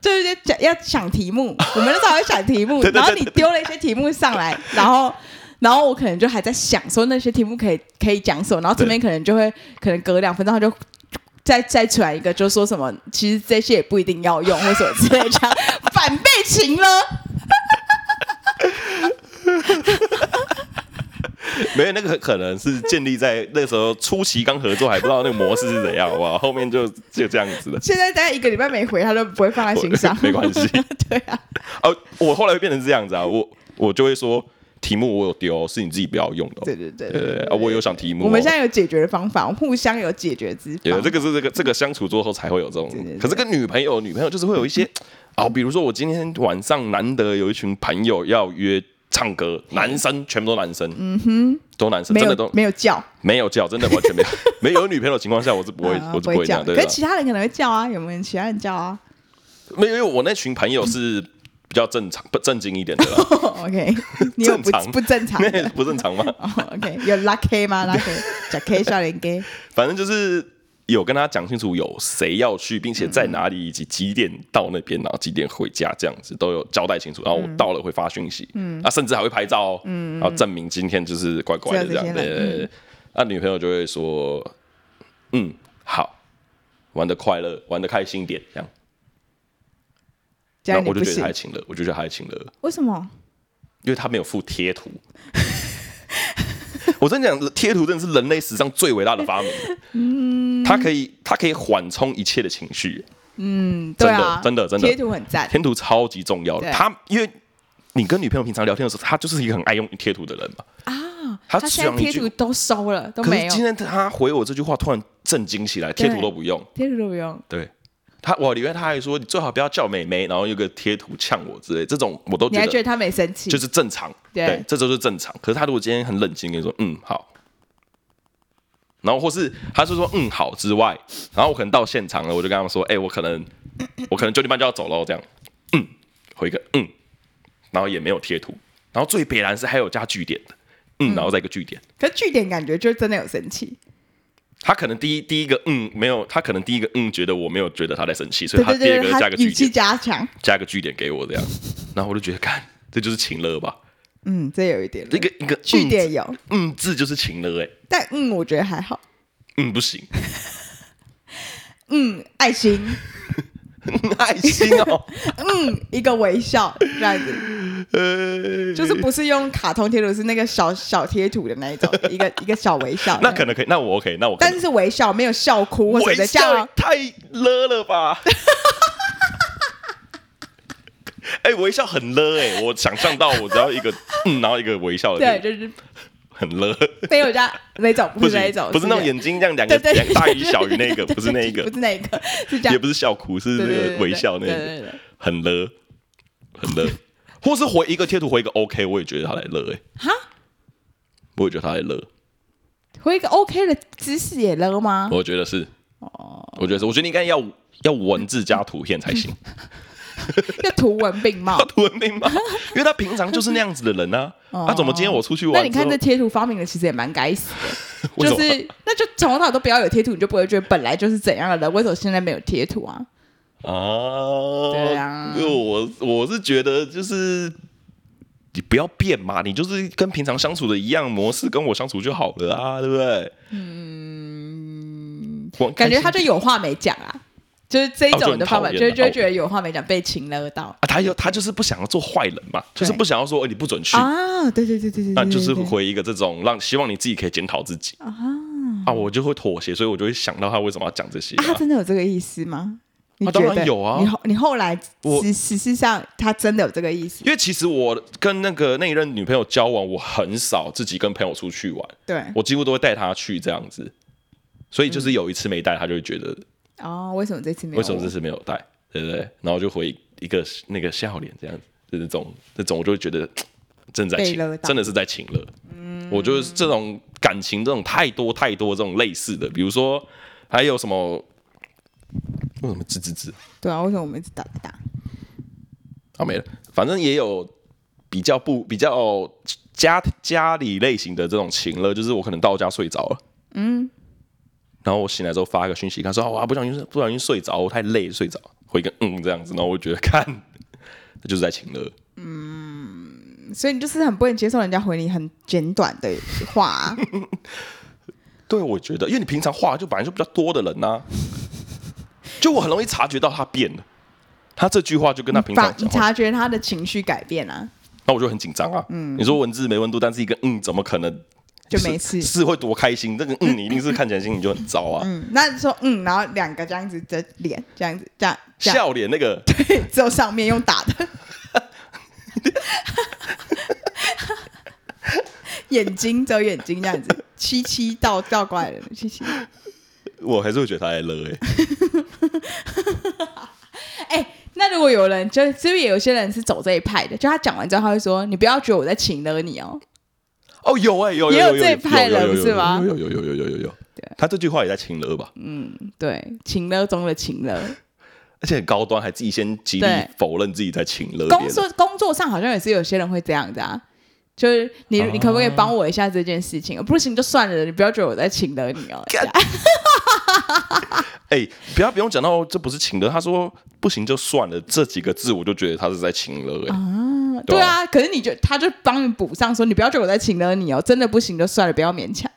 Speaker 2: 就是讲要想题目， 我们那时候还会想题目，
Speaker 1: 对对对
Speaker 2: 然后你丢了一些题目上来，然后。然后我可能就还在想说那些题目可以可以讲什么，然后这边可能就会可能隔两分钟他就再再出来一个，就说什么其实这些也不一定要用或什么之类的，这样 反被情了。
Speaker 1: 没有那个可能是建立在那时候初期刚合作还不知道那个模式是怎样，好不好？后面就就这样子了。
Speaker 2: 现在大概一个礼拜没回，他都不会放在心上
Speaker 1: 。没关系。
Speaker 2: 对啊，
Speaker 1: 哦、我后来会变成这样子啊，我我就会说题目我有丢，是你自己不要用的哦、
Speaker 2: 对对对
Speaker 1: 对对对啊，我有想题目哦、
Speaker 2: 我们现在有解决的方法，我们互相有解决之法。
Speaker 1: 有这个是这个这个相处之后才会有这种
Speaker 2: 对对，对
Speaker 1: 可是跟女朋友女朋友就是会有一 些啊、比如说我今天晚上难得有一群朋友要约唱歌，男生全部都男生，嗯哼，都男生，
Speaker 2: 嗯没
Speaker 1: 真的都
Speaker 2: 有没有叫，
Speaker 1: 没有叫，真的完全 没有没有女朋友的情况下，我是不会
Speaker 2: 啊
Speaker 1: 我是不会这
Speaker 2: 叫。
Speaker 1: 样，对
Speaker 2: 可
Speaker 1: 吧
Speaker 2: 是？其他人可能会叫啊，有没有其他人 叫啊
Speaker 1: 没有，因为我那群朋友是比较正常不正经一点的啦，
Speaker 2: ？OK，你有不
Speaker 1: 正常
Speaker 2: 不正常
Speaker 1: 那也
Speaker 2: 的
Speaker 1: 是不正常嘛。
Speaker 2: 哦？OK，有拉 K 吗？拉 K 假 K 笑脸 K，
Speaker 1: 反正就是有跟他讲清楚有谁要去，并且在哪里以及几点到那边，然后几点回家，这样子都有交代清楚。然后我到了会发讯息，嗯，啊，甚至还会拍照哦，嗯，然后证明今天就是乖乖的这样
Speaker 2: 只有，这
Speaker 1: 对
Speaker 2: 些人
Speaker 1: 对对对。那女朋友就会说，嗯，好，玩的快乐，玩的开心一点，这样。
Speaker 2: 这
Speaker 1: 然
Speaker 2: 样
Speaker 1: 后
Speaker 2: 你
Speaker 1: 我就
Speaker 2: 不
Speaker 1: 觉得
Speaker 2: 行
Speaker 1: 他还，请了，我就觉得他还请了。
Speaker 2: 为什么？
Speaker 1: 因为他没有附贴图。 我真讲，贴图真的是人类史上最伟大的发明。嗯，它可以，它可以缓冲一切的情绪。
Speaker 2: 嗯，对啊，
Speaker 1: 真的真的
Speaker 2: 贴图很赞，
Speaker 1: 贴图超级重要的。
Speaker 2: 对
Speaker 1: 他因为你跟女朋友平常聊天的时候，他就是一个很爱用贴图的人嘛。
Speaker 2: 啊，
Speaker 1: 他
Speaker 2: 他现在
Speaker 1: 讲一
Speaker 2: 贴
Speaker 1: 句
Speaker 2: 图都收了，都
Speaker 1: 可
Speaker 2: 没
Speaker 1: 是
Speaker 2: 有
Speaker 1: 今。天他回我这句话，突然震惊起来，贴图都不用。
Speaker 2: 贴图都不用，
Speaker 1: 对他，我里面他还说你最好不要叫妹妹，然后有个贴图呛我之类，这种我都
Speaker 2: 你
Speaker 1: 觉
Speaker 2: 还
Speaker 1: 得
Speaker 2: 觉得他没生气？
Speaker 1: 就是正常，
Speaker 2: 对
Speaker 1: 对，这就是正常。可是他如果今天很冷静跟你说，嗯，好，然后或是他是说嗯好之外，然后我可能到现场了，我就跟他们说，哎、我可能我可能九点半就要走喽，这样，嗯，回一个嗯，然后也没有贴图，然后最北然是还有加句点的，嗯，然后再一个句点。
Speaker 2: 可是据点感觉就真的有生气，
Speaker 1: 他可能第一第一个嗯没有，他可能第一个嗯觉得我没有觉得他在生气，所
Speaker 2: 对
Speaker 1: 以他
Speaker 2: 对
Speaker 1: 第二
Speaker 2: 对，
Speaker 1: 个
Speaker 2: 他
Speaker 1: 加个句
Speaker 2: 语气
Speaker 1: 点，
Speaker 2: 加强，
Speaker 1: 加个句点给我这样，然后我就觉得，干，这就是情勒吧？
Speaker 2: 嗯，这有一点
Speaker 1: 一个一个嗯
Speaker 2: 据点有，
Speaker 1: 嗯字就是情勒哎、欸
Speaker 2: 但嗯，我觉得还好，
Speaker 1: 嗯不 行，
Speaker 2: 嗯，爱心，
Speaker 1: 爱心 哦，
Speaker 2: 嗯，一个微笑这样子。
Speaker 1: 呃，
Speaker 2: 就是不是用卡通贴图，是那个小小贴图的那一种，一个一个小微笑。
Speaker 1: 那可，能可以，那我 OK，那我可
Speaker 2: 但
Speaker 1: 能
Speaker 2: 是是微笑，没有笑哭或者
Speaker 1: 微
Speaker 2: 的这
Speaker 1: 笑
Speaker 2: 样。啊
Speaker 1: 太勒了吧？ 哎、微笑很勒哎、我想象到我只要一个 嗯，然后一个微笑的
Speaker 2: 对，
Speaker 1: 脸，
Speaker 2: 就是
Speaker 1: 很勒，
Speaker 2: 没有这样那种，不
Speaker 1: 不
Speaker 2: 是那一
Speaker 1: 行
Speaker 2: 种，，
Speaker 1: 不是那种眼睛这样两个
Speaker 2: 对对
Speaker 1: 两大于小于那个，
Speaker 2: 对对对
Speaker 1: 不是那一个
Speaker 2: 不，是那一个，是这样，
Speaker 1: 也不是笑哭，是那
Speaker 2: 对对对
Speaker 1: 个
Speaker 2: 对
Speaker 1: 微笑那
Speaker 2: 对对
Speaker 1: 个，
Speaker 2: 对对
Speaker 1: 很勒，很勒，或是回一个贴图回一个 OK，我也觉得他在勒哎、
Speaker 2: 哈，
Speaker 1: 我也觉得他在勒，
Speaker 2: 回一个 OK 的姿势也了吗？
Speaker 1: 我觉得是，我觉得是，我觉得你应该要要文字加图片才行，
Speaker 2: 嗯要图文并茂
Speaker 1: 他。 图文并茂，因为他平常就是那样子的人 啊，他怎么今天我出去
Speaker 2: 哦那
Speaker 1: 玩
Speaker 2: 你
Speaker 1: 之后，
Speaker 2: 看这贴图发明的其实也蛮该死的，
Speaker 1: 为什
Speaker 2: 就
Speaker 1: 么
Speaker 2: 是那就从头到尾都不要有贴图，你就不会觉得本来就是怎样的人，为什么现在没有贴图啊？
Speaker 1: 啊，
Speaker 2: 对啊
Speaker 1: 因为我我是觉得就是。你不要变嘛，你就是跟平常相处的一样模式，跟我相处就好了啊，对不对？嗯，我很开
Speaker 2: 感
Speaker 1: 心
Speaker 2: 觉他就有话没讲啊，就是这一
Speaker 1: 哦就
Speaker 2: 种
Speaker 1: 很
Speaker 2: 的方
Speaker 1: 讨
Speaker 2: 法，
Speaker 1: 厌
Speaker 2: 就
Speaker 1: 啊
Speaker 2: 就会觉得有话没讲被情勒到
Speaker 1: 啊，他有他就是不想要做坏人嘛，就是不想要说、哎你不准去，
Speaker 2: 啊，对对对对对，
Speaker 1: 那就
Speaker 2: 对
Speaker 1: 是
Speaker 2: 对
Speaker 1: 回一个这种让希望你自己可以检讨自己
Speaker 2: 啊
Speaker 1: 啊，我就会妥协，所以我就会想到他为什么要讲这些、
Speaker 2: 啊，他
Speaker 1: 啊。
Speaker 2: 真的有这个意思吗？你
Speaker 1: 啊
Speaker 2: 觉
Speaker 1: 当然
Speaker 2: 得
Speaker 1: 有啊
Speaker 2: 你后你后来
Speaker 1: 我
Speaker 2: 实实际上他真的有这个意思，
Speaker 1: 因为其实我跟那个那一任女朋友交往，我很少自己跟朋友出去玩，
Speaker 2: 对
Speaker 1: 我几乎都会带她去这样子。所以
Speaker 2: 嗯
Speaker 1: 就是有一次没带，她就会觉得
Speaker 2: 哦，为什么这次没有？
Speaker 1: 为什么这次没有带，对不对？然后就回一个那个笑脸这样子，就这种这种我就会觉得真的在
Speaker 2: 被
Speaker 1: 请
Speaker 2: 勒，到
Speaker 1: 真的是在请了。我觉得这种感情这种太多太多这种类似的，比如说还有什么为什么吱吱吱
Speaker 2: 对啊？为什么我们一直打打打？
Speaker 1: 啊没了，反正也有比较不比较哦家家里类型的这种情了，就是我可能到家睡着了，嗯，然后我醒来之后发一个讯息，他说啊我不小心不小心睡着，我太累睡着，回一个嗯这样子，然后我就觉得看， 这就是在情了。
Speaker 2: 所以你就是很不能接受人家回你很简短的话啊、
Speaker 1: 对，我觉得，因为你平常话就本来就比较多的人呐、啊 就我很容易察觉到他变了。他这句话就跟他平
Speaker 2: 把
Speaker 1: 常
Speaker 2: 你
Speaker 1: 讲话，
Speaker 2: 察觉他的情绪改变啊，
Speaker 1: 那我就很紧张啊。
Speaker 2: 嗯
Speaker 1: 你说文字没温度，但是一个嗯，怎么可能
Speaker 2: 就没事
Speaker 1: 是。是会多开心？这个嗯，你一定是看起来心情就很糟啊。
Speaker 2: 嗯，那你说嗯，然后两个这样子的脸，这样子，这样这样
Speaker 1: 笑脸那个，
Speaker 2: 只有上面用 打的，眼睛只有眼睛这样子，七七倒倒过来的七七。
Speaker 1: 我还是会觉得他在勒哎、
Speaker 2: 哎、那如果有人就其实也有些人是走这一派的，就他讲完之后他会说：“你不要觉得我在请了你哦。
Speaker 1: 哦，有哎、有
Speaker 2: 也有
Speaker 1: 有
Speaker 2: 这一派人
Speaker 1: 有有有
Speaker 2: 是吗
Speaker 1: 有有有有有有有有。他这句话也在情勒吧？”
Speaker 2: 对，请了中的请了，
Speaker 1: 而且很高端，还自己先极力
Speaker 2: 对
Speaker 1: 否认自己在情勒别
Speaker 2: 工
Speaker 1: 人。
Speaker 2: 作工作上好像也是有些人会这样子啊。就是你，
Speaker 1: 啊
Speaker 2: 你可不可以帮我一下这件事情？不行就算了，你不要觉得我在请了你哦。这样
Speaker 1: 哎、不要不用讲到这不是情勒，他说不行就算了，这几个字我就觉得他是在情勒、哎、
Speaker 2: 啊对啊，可是你就他就帮你补上说，你不要觉得我在请了你哦，真的不行就算了，不哦要勉强。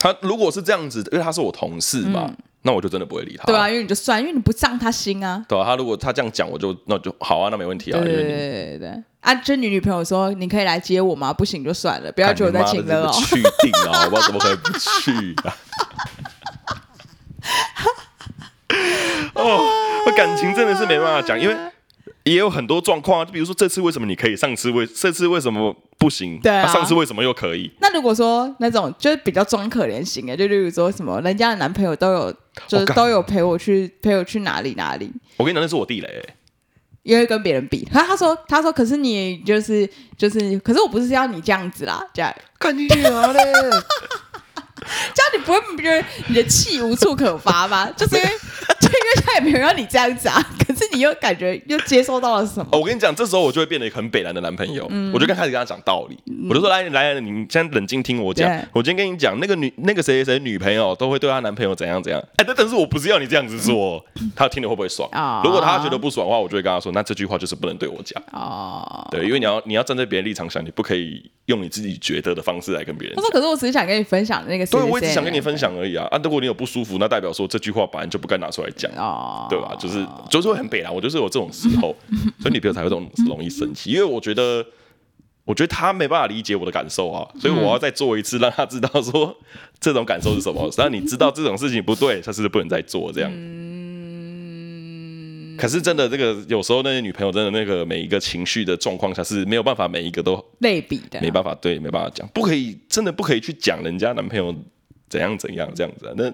Speaker 1: 他如果是这样子，因为他是我同事嘛，那我就真的不会理他。
Speaker 2: 对啊，，因为你就算，因为你不上他心啊。
Speaker 1: 对啊，他如果他这样讲，我就那就好啊，那没问题
Speaker 2: 对
Speaker 1: 啊，
Speaker 2: 对
Speaker 1: 因
Speaker 2: 对
Speaker 1: 为
Speaker 2: 对对对啊！就你女朋友说你可以来接我吗？不行就算了，不
Speaker 1: 不
Speaker 2: 要觉得我在请了哦。
Speaker 1: 去定了，好不好？怎么可能不去啊？ 哦，我感情真的是没办法讲，因为也有很多状况啊，就比如说这次为什么你可以，上次为这次为什么不行？
Speaker 2: 对啊
Speaker 1: 上次为什么又可以？
Speaker 2: 那如果说那种就是比较装可怜型的，就例如说什么人家的男朋友都有，就是
Speaker 1: 我干
Speaker 2: 都有陪我去陪我去哪里哪里，
Speaker 1: 我跟你讲，那是我地雷、欸。
Speaker 2: 也会跟别人比。 他他说他说，可是你就是就是，可是我不是要你这样子啦，这样
Speaker 3: 干你娘嘞！
Speaker 2: 这样你不会觉得你的气无处可 发吗？就是因为就因为他也没有要你这样子啊，可是你又感觉又接收到了什么？
Speaker 1: 哦，我跟你讲，这时候我就会变得一个很北蓝的男朋友，
Speaker 2: 嗯
Speaker 1: 我就跟开始跟他讲道理，我就说来来，来你先冷静听我讲
Speaker 2: 对。
Speaker 1: 我今天跟你讲，那个女那个谁谁谁女朋友都会对她男朋友怎样怎样。
Speaker 2: 嗯
Speaker 1: 哎，但但是我不是要你这样子说，他听了会不会爽
Speaker 2: 啊？
Speaker 1: 如果他觉得不爽的话，我就会跟他说，那这句话就是不能对我讲。
Speaker 2: 哦，
Speaker 1: 对，因为你要你要站在别人立场想，你不可以用你自己觉得的方式来跟别人
Speaker 2: 他
Speaker 1: 讲
Speaker 2: 说，。可是我只是想跟你分享那个谁谁
Speaker 1: 对，
Speaker 2: 谁，
Speaker 1: 我一直想跟你分享而已啊。啊，如果你有不舒服，那代表说这句话本来就不该拿出来讲，
Speaker 2: 哦，
Speaker 1: 对吧？就是就是会很北啦，我就是有这种时 候，所以女朋友才会这种容易生气，因为我觉得。我觉得她没办法理解我的感受啊，所以我
Speaker 2: 嗯
Speaker 1: 要再做一次，让她知道说这种感受是什么，让你知道这种事情不对，下次就不能再做这样。
Speaker 2: 嗯
Speaker 1: 可是真的，这个有时候那些女朋友真的那个每一个情绪的状况下是没有办法每一个都
Speaker 2: 类比的，
Speaker 1: 没办法，对，没办法讲，不可以，真的不可以去讲人家男朋友怎样怎样这样子、啊。那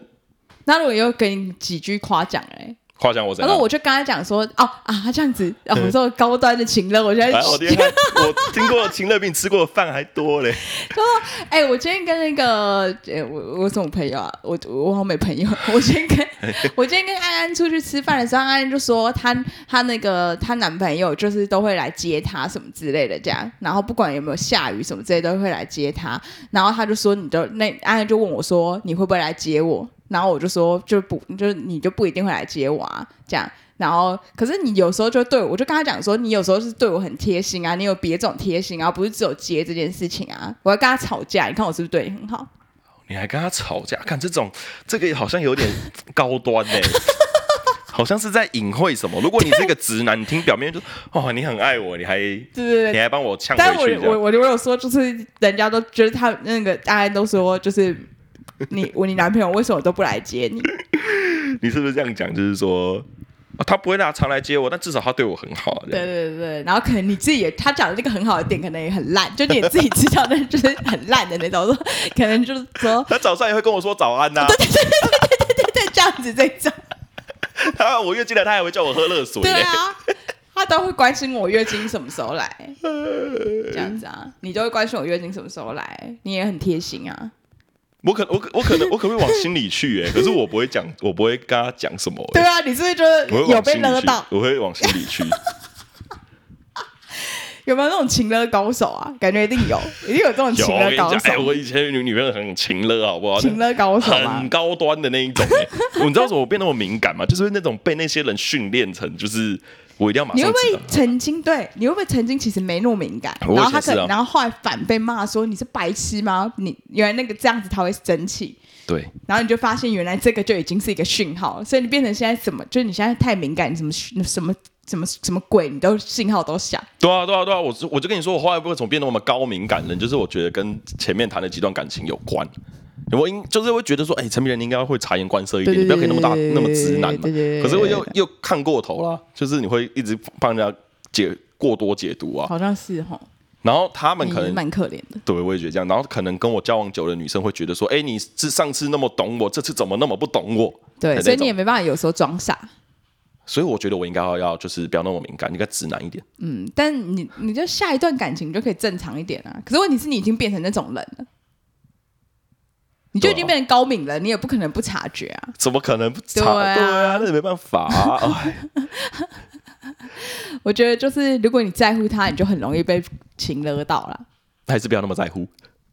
Speaker 2: 那如果又给你几句夸奖嘞？
Speaker 1: 夸奖我怎
Speaker 2: 然后
Speaker 1: 样？
Speaker 2: 啊我就跟他讲说，哦啊，他这样子，哦，我说高端的情人，我觉得
Speaker 1: 嗯哎，我天、啊，我听过情乐比你吃过的饭还多嘞。
Speaker 2: 哎、我今天跟那个，哎、我我什么朋友啊？我我好像没朋友。 我今天跟我今天跟安安出去吃饭的时候，安安就说她她那个她男朋友就是都会来接她什么之类的，这样。然后不管有没有下雨什么之类，都会来接她。然后她就说你都那安安就问我说你会不会来接我？然后我就说就不就是你就不一定会来接我啊，这样。然后，可是你有时候就对我，我就跟他讲说，你有时候是对我很贴心啊，你有别种贴心啊，不是只有接这件事情啊。我要跟他吵架，你看我是不是对你很好？
Speaker 1: 你还跟他吵架，看这种这个好像有点高端呢、欸 好像是在隐晦什么。如果你是一个直男，你听表面就哦，你很爱我，你还
Speaker 2: 对对
Speaker 1: 你
Speaker 2: 对。
Speaker 1: 还帮我呛
Speaker 2: 但我
Speaker 1: 回去这
Speaker 2: 我
Speaker 1: 样。
Speaker 2: 我我有说，就是人家都觉得他那个大家都说，就是你我你男朋友为什么都不来接你？
Speaker 1: 你是不是这样讲？就是说、哦他不会拿常来接我，但至少他对我很好。这
Speaker 2: 对
Speaker 1: 样
Speaker 2: 对对对。然后可能你自己也他讲的这个很好的点，可能也很烂，就你也自己知道，但是就是很烂的那种。我说可能就是说，
Speaker 1: 他早上也会跟我说早安啊呐、
Speaker 2: 对对，这样子这种。
Speaker 1: 他 我月经来，他还会叫我喝热水嘞、
Speaker 2: 对啊，他都会关心我月经什么时候 来，这样子啊，你就会关心我月经什么时候来，你也很贴心啊。
Speaker 1: 我可我可我可能我可能会往心里去 哎、可是我不会讲，我不会跟他讲什么、
Speaker 2: 对
Speaker 1: 欸，
Speaker 2: 啊，你是不是觉得
Speaker 1: 我会
Speaker 2: 有
Speaker 1: 往
Speaker 2: 被
Speaker 1: 心
Speaker 2: 勒
Speaker 1: 里去
Speaker 2: 到，？
Speaker 1: 我会往心里去。
Speaker 2: 有没有那种情勒高手啊？感觉一定有，一定有这种
Speaker 1: 有
Speaker 2: 情
Speaker 1: 我跟
Speaker 2: 勒
Speaker 1: 你
Speaker 2: 高
Speaker 1: 讲，
Speaker 2: 手
Speaker 1: 哎、，我以前女女朋友很情勒，好不好？
Speaker 2: 情勒高手啊
Speaker 1: 很。高端的那一种哎、 我你知道为什么我变那么敏感吗？就是那种被那些人训练成，就是我一定要马
Speaker 2: 你
Speaker 1: 上
Speaker 2: 会不
Speaker 1: 知道
Speaker 2: 会。曾经对？你会不会曾经其实没那么敏感？
Speaker 1: 我以前
Speaker 2: 然后他
Speaker 1: 是
Speaker 2: 可
Speaker 1: 啊
Speaker 2: 能，然后后来反被骂说你是白痴吗？你原来那个这样子他会生气，
Speaker 1: 对，
Speaker 2: 然后你就发现原来这个就已经是一个讯号了，所以你变成现在什么？就是你现在太敏感，你什么讯什么什么什么鬼，你都信号都响。
Speaker 1: 对啊，对啊，对啊，我就我就跟你说，我后来为什么变那么高敏感呢？就是我觉得跟前面谈的几段感情有关。我应就是会觉得说，哎、陈明仁你应该会察言观色一点，你
Speaker 2: 对
Speaker 1: 不要给那么大
Speaker 2: 对
Speaker 1: 那么直男嘛
Speaker 2: 对对对。
Speaker 1: 可是我又又看过头了，就是你会一直帮人家解过多解读啊。
Speaker 2: 好像是吼，
Speaker 1: 然后他们
Speaker 2: 你
Speaker 1: 可能
Speaker 2: 蛮可怜的。
Speaker 1: 对，我也觉得这样。然后可能跟我交往久的女生会觉得说，哎、你是上次那么懂我，这次怎么那么不懂我？
Speaker 2: 对，
Speaker 1: 的
Speaker 2: 所以
Speaker 1: 那
Speaker 2: 你也
Speaker 1: 种
Speaker 2: 没办法，有时候装傻。
Speaker 1: 所以我觉得我应该要要就是不要那么敏感，应该直男一点。
Speaker 2: 嗯，但你你就下一段感情就可以正常一点啊。可是问题是你已经变成那种人了，你就已
Speaker 1: 对
Speaker 2: 经
Speaker 1: 啊
Speaker 2: 变成高敏了，你也不可能不察觉啊。
Speaker 1: 怎么可能不
Speaker 2: 对
Speaker 1: 差？
Speaker 2: 啊
Speaker 1: 对啊，那也没办法、啊。哎
Speaker 2: 我觉得就是如果你在乎他，你就很容易被情勒到了。
Speaker 1: 还是不要那么在乎。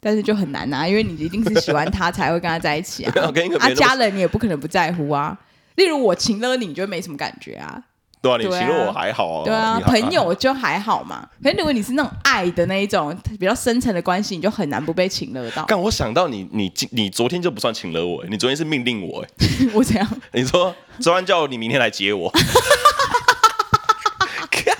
Speaker 2: 但是就很难啊，因为你一定是喜欢他才会跟他在一起啊。
Speaker 1: 我 跟一个
Speaker 2: 啊，
Speaker 1: 别的
Speaker 2: 家人你也不可能不在乎啊。例如我情了你，你就没什么感觉啊，
Speaker 1: 对啊，你
Speaker 2: 对啊
Speaker 1: 形容我还好、哦。嗯
Speaker 2: 对啊，
Speaker 1: 你还
Speaker 2: 朋友就还好嘛。可是如果你是那种爱的那一种比较深层的关系，你就很难不被情勒到。
Speaker 1: 啊干，我想到你，你今你昨天就不算请了我，你昨天是命令我， 欸
Speaker 2: 我怎样？
Speaker 1: 你说周安叫你明天来接我，干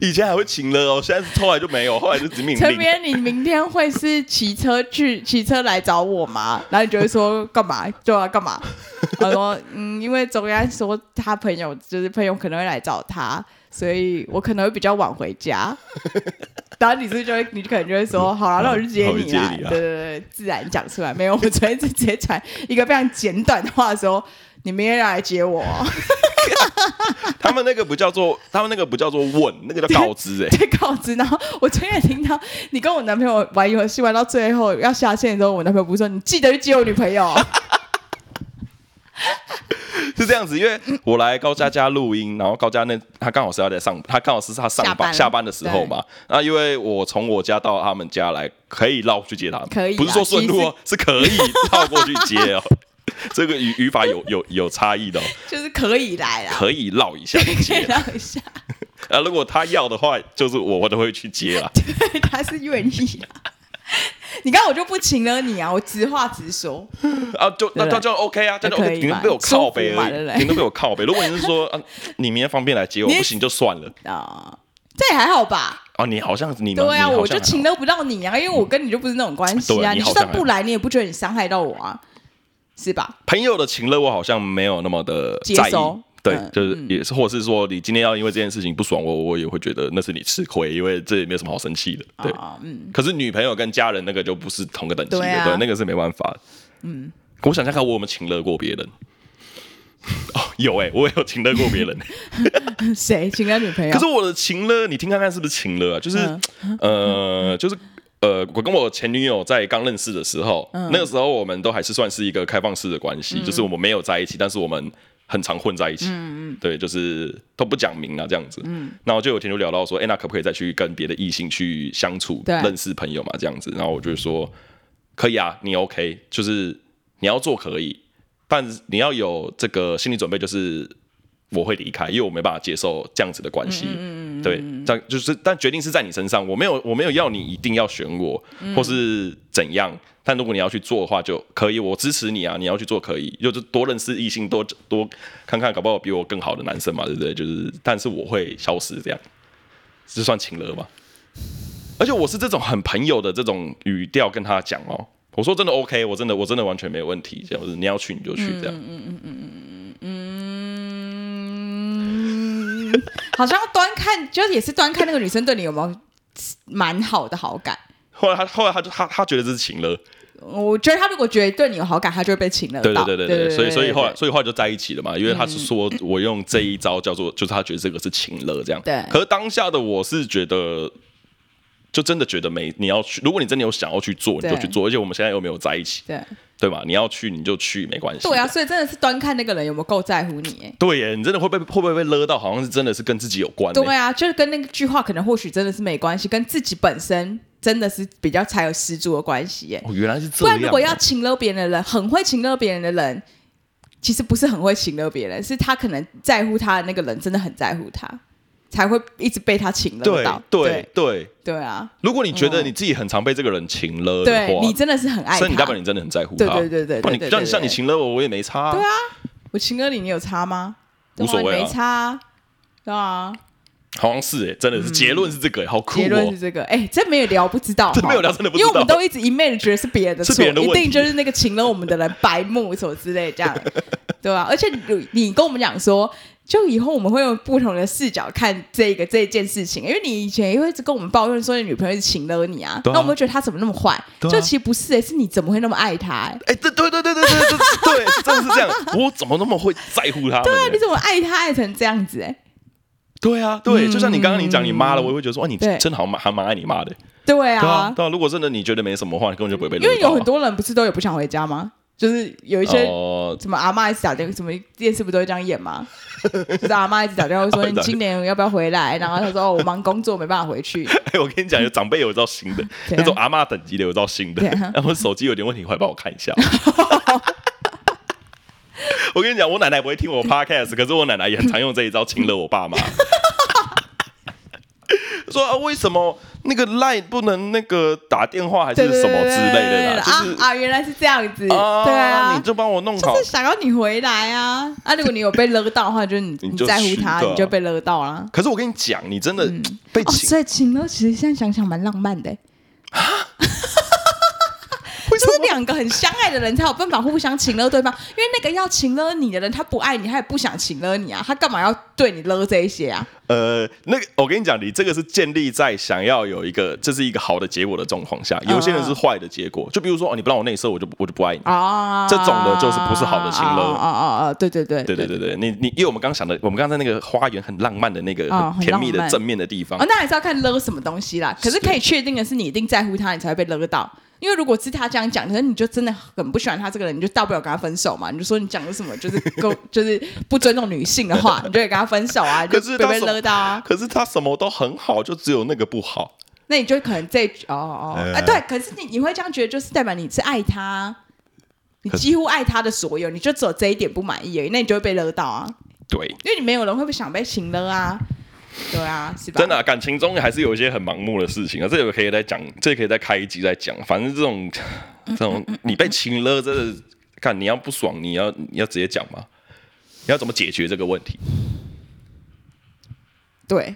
Speaker 1: 以前还会请了哦，现在是后来就没有，后来就只命
Speaker 2: 陈
Speaker 1: 令。
Speaker 2: 明，你明天会是骑车去骑车来找我吗？然后你就会说干嘛？对啊，干嘛？我说嗯，因为周安说他朋友就是朋友可能会来找他，所以我可能会比较晚回 家。然后你是不是就会，你可能就会说，好了，那我就接
Speaker 1: 那我就
Speaker 2: 你啦
Speaker 1: 接。你啦
Speaker 2: 对对对，自然讲出来。没有，我昨天是直接传一个非常简短的话说，你明天要来接我哦、
Speaker 1: 他们那个不叫做，他们那个不叫做问，那个叫告知哎、
Speaker 2: 对告知。然后我昨天也听到你跟我男朋友玩游戏玩到最后要下线的时候，我男朋友不是说你记得去接我女朋友，
Speaker 1: 是这样子，因为我来高佳家录音，然后高佳那他刚好是要在上，他刚好是他上
Speaker 2: 下班
Speaker 1: 班
Speaker 2: 了
Speaker 1: 下班的时候嘛。那因为我从我家到他们家来，可以绕去接他们，
Speaker 2: 可以啦
Speaker 1: 不是说顺路哦，是可以绕过去接 哦。这个语语法有有有差异的、哦，
Speaker 2: 就是可以来啦，
Speaker 1: 可以绕一下 去
Speaker 2: 可以
Speaker 1: 接。
Speaker 2: 让一下，
Speaker 1: 啊，如果他要的话，就是我我都会去接 啦。
Speaker 2: 对，他是愿意啦。你看我就不请了你啊，我直话直说，
Speaker 1: 啊，就那
Speaker 2: 对
Speaker 1: 那就 OK 啊，这样就
Speaker 2: 那可以
Speaker 1: OK，你
Speaker 2: 嘛
Speaker 1: 能被我靠背
Speaker 2: 舒服嘛
Speaker 1: 而
Speaker 2: 对不
Speaker 1: 已，
Speaker 2: 对
Speaker 1: 你能被我靠背。如果你是说啊，你明天方便来接我，
Speaker 2: 你
Speaker 1: 不行就算了。
Speaker 2: 啊、这也还好吧。
Speaker 1: 哦，你好像你们
Speaker 2: 对啊，
Speaker 1: 你好像
Speaker 2: 我就
Speaker 1: 还好
Speaker 2: 请都不到你啊，因为我跟你就不是那种关系
Speaker 1: 对
Speaker 2: 啊。
Speaker 1: 你
Speaker 2: 你就
Speaker 1: 好像
Speaker 2: 算不来，你也不觉得你伤害到我啊，是吧？
Speaker 1: 朋友的情了，我好像没有那么的
Speaker 2: 接
Speaker 1: 在意
Speaker 2: 收。
Speaker 1: 对
Speaker 2: 嗯，
Speaker 1: 就是也是，或者是说，你今天要因为这件事情不爽我，我也会觉得那是你吃亏，因为这也没有什么好生气的。对，
Speaker 2: 啊，嗯，
Speaker 1: 可是女朋友跟家人那个就不是同个等级的，
Speaker 2: 对啊
Speaker 1: 对，那个是没办法。嗯，我想想看，我有没有请了过别人？哦，有哎、我有请了过别人。
Speaker 2: 嗯 谁请了女朋友？
Speaker 1: 可是我的情了，你听看看是不是情了啊？就是、呃，就是呃，我跟我前女友在刚认识的时候，那个时候我们都还是算是一个开放式的关系，就是我们没有在一起，但是我们很常混在一起。嗯嗯，对，就是都不讲明啊这样子。嗯，然后就有天就聊到说，哎、那可不可以再去跟别的异性去相处、
Speaker 2: 对
Speaker 1: 认识朋友嘛？这样子，然后我就说可以啊，你 OK，就是你要做可以。但你要有这个心理准备，就是我会离开，因为我没办法接受这样子的关系。对，这样就是，但决定是在你身上，我没有，我没有要你一定要选我，或是怎样。但如果你要去做的话，就可以，我支持你啊！你要去做可以，就是多认识异性，多多看看，搞不好有比我更好的男生嘛，对不对？就是，但是我会消失，这样，这算情了吧？而且我是这种很朋友的这种语调跟他讲哦，我说真的 OK，我真的我真的完全没有问题，这样子你要去你就去这样。
Speaker 2: 嗯，好像要端看，就是也是端看那个女生对你有没有蛮好的好感。
Speaker 1: 后来他后来他就他他觉得这是情了，
Speaker 2: 我觉得他如果觉得对你有好感，他就会被请了
Speaker 1: 对
Speaker 2: 到。
Speaker 1: 对对
Speaker 2: 对
Speaker 1: 对，所以所以后来
Speaker 2: 对嗯
Speaker 1: 所以后来就在一起了嘛，因为他是说我用这一招叫做，就是他觉得这个是情了这样。
Speaker 2: 对
Speaker 1: 可是当下的我是觉得，就真的觉得没你要去，如果你真的有想要去做，你就
Speaker 2: 对
Speaker 1: 去做，而且我们现在又没有在一起，
Speaker 2: 对
Speaker 1: 对吧？你要去你就去，没关系。
Speaker 2: 对啊，，所以真的是端看那个人有没有够在乎你。哎
Speaker 1: 对耶，你真的会被会不会被勒到，好像是真的是跟自己有关耶。
Speaker 2: 对啊，就是跟那句话可能或许真的是没关系，跟自己本身真的是比较才有十足的关系。哎，
Speaker 1: 哦，原来是这
Speaker 2: 不
Speaker 1: 样啊。
Speaker 2: 然如果要请了别人的人，很会请了别人的人，其实不是很会请了别人，是他可能在乎他的那个人真的很在乎他，才会一直被他请了
Speaker 1: 对
Speaker 2: 到。
Speaker 1: 对对，
Speaker 2: 对啊，
Speaker 1: 如果你觉得
Speaker 2: 嗯
Speaker 1: 你自己很常被这个人情了的
Speaker 2: 对
Speaker 1: 话，
Speaker 2: 你真的是很爱
Speaker 1: 所以你代
Speaker 2: 他
Speaker 1: 表。你真的很在乎他。
Speaker 2: 对对对对对
Speaker 1: 不然
Speaker 2: 对
Speaker 1: 你
Speaker 2: 对
Speaker 1: 像你
Speaker 2: 对
Speaker 1: 像你
Speaker 2: 对
Speaker 1: 情了我，我也没差、啊。
Speaker 2: 对啊，我情歌里你有差吗？对啊
Speaker 1: 无所谓啊
Speaker 2: 你没差啊，对啊。
Speaker 1: 好像是哎、真的是、结论是这个、欸，好酷
Speaker 2: 嗯结论
Speaker 1: 哦
Speaker 2: 是。这个，哎，这没有聊不知 道，
Speaker 1: 这没有聊真的不知道
Speaker 2: 因为我们都一直一昧的觉得是别人的
Speaker 1: 是
Speaker 2: 错，
Speaker 1: 别人的
Speaker 2: 一
Speaker 1: 问题
Speaker 2: 定就是那个情了我们的人白目什么之类 这样，对吧、而且你你跟我们讲说。就以后我们会用不同的视角看这个这件事情，因为你以前也会一直跟我们抱怨说你女朋友是情了你啊，
Speaker 1: 对啊
Speaker 2: 那我们会觉得她怎么那么坏？
Speaker 1: 对啊
Speaker 2: 就其实不是、哎，是你怎么会那么爱她、哎，
Speaker 1: 哎、对对对对对对 对对，是真的是这样。我怎么那么会在乎他们、
Speaker 2: 对啊，你
Speaker 1: 欸？
Speaker 2: 怎么爱她爱成这样子、哎，
Speaker 1: 对啊，对，就像你刚刚你讲你妈了，我也会觉得说，哇，你
Speaker 2: 嗯对
Speaker 1: 真的好蛮还蛮爱你妈的。
Speaker 2: 对
Speaker 1: 对啊，对啊。如果真的你觉得没什么话，你根本就不会被勒
Speaker 2: 因
Speaker 1: 到啊、
Speaker 2: 为有很多人不是都有不想回家吗？就是有一些
Speaker 1: 哦，
Speaker 2: 什么阿妈一直打电话，什么电视不都会这样演吗？ 就是阿妈一直打电话说你今年要不要回来？然后他说哦，我忙工作没办法回 去。
Speaker 1: 哎、我跟你讲，有长辈有一招新的，
Speaker 2: 怎样
Speaker 1: 那种阿嬷等级的有一招新的
Speaker 2: 怎样。
Speaker 1: 然后手机有点问题，快帮我看一下。我跟你讲，我奶奶不会听我 podcast，可是我奶奶也很常用这一招，亲了我爸妈。说啊，为什么那个 line 不能那个打电话还是什么之类的啦，
Speaker 2: 啊
Speaker 1: 就是哦
Speaker 2: 啊，原来是这样子，对
Speaker 1: 你
Speaker 2: 啊。
Speaker 1: 就帮我弄好
Speaker 2: 就是，想要你回来啊！啊，如果你有被勒到的话，就是你
Speaker 1: 你
Speaker 2: 你
Speaker 1: 就
Speaker 2: 在乎
Speaker 1: 去
Speaker 2: 他，
Speaker 1: 对啊
Speaker 2: 你就被勒到啦。
Speaker 1: 可是我跟你讲，你真的被
Speaker 2: 哦，
Speaker 1: 请，
Speaker 2: 所以情勒其实现在想想蛮浪漫的欸，
Speaker 1: 为什
Speaker 2: 就是
Speaker 1: 么？
Speaker 2: 两个很相爱的人才有办法互相情勒对方，因为那个要情勒你的人，他不爱你，他也不想情勒你啊，他干嘛要对你勒这一些啊？
Speaker 1: 呃，那个我跟你讲，你这个是建立在想要有一个这是一个好的结果的状况下，有些人
Speaker 2: 嗯
Speaker 1: 是坏的结果，就比如说哦，你不让我内射，我就我就不爱你。
Speaker 2: 啊，
Speaker 1: 这种的就是不是好的情勒
Speaker 2: 啊啊啊！啊对对对
Speaker 1: 对对对对，你你因为我们刚想的，我们刚才那个花园很浪漫的那个
Speaker 2: 哦
Speaker 1: 很甜蜜的
Speaker 2: 很浪漫
Speaker 1: 正面的地方
Speaker 2: 哦，，那还是要看勒什么东西啦。可是可以确定的是，你一定在乎他，你才会被勒到。因为如果是他这样讲，可是你就真的很不喜欢他这个人，你就大不了跟他分手嘛。你就说你讲的什么，就是 够，就是不尊重女性的话，你就得跟他分手啊，你
Speaker 1: 可
Speaker 2: 就是被
Speaker 1: 他
Speaker 2: 被
Speaker 1: 什么
Speaker 2: 勒到啊。
Speaker 1: 可是他什么都很好，就只有那个不好。
Speaker 2: 那你就可能这一句哦哦，哎、
Speaker 1: 哎
Speaker 2: 对，可是你你会这样觉得，就是代表你是爱他，你
Speaker 1: 可是
Speaker 2: 几乎爱他的所有，你就只有这一点不满意而已，那你就会被勒到啊，
Speaker 1: 对，
Speaker 2: 因为你没有人会不想被情勒啊，对啊，是吧？
Speaker 1: 真的啊、感情中还是有一些很盲目的事情啊，这个可以再讲，这个可以再开一集再讲。反正这种
Speaker 2: 嗯
Speaker 1: 这种你被情了，真的看你要不爽，你要你要直接讲嘛，你要怎么解决这个问题？
Speaker 2: 对，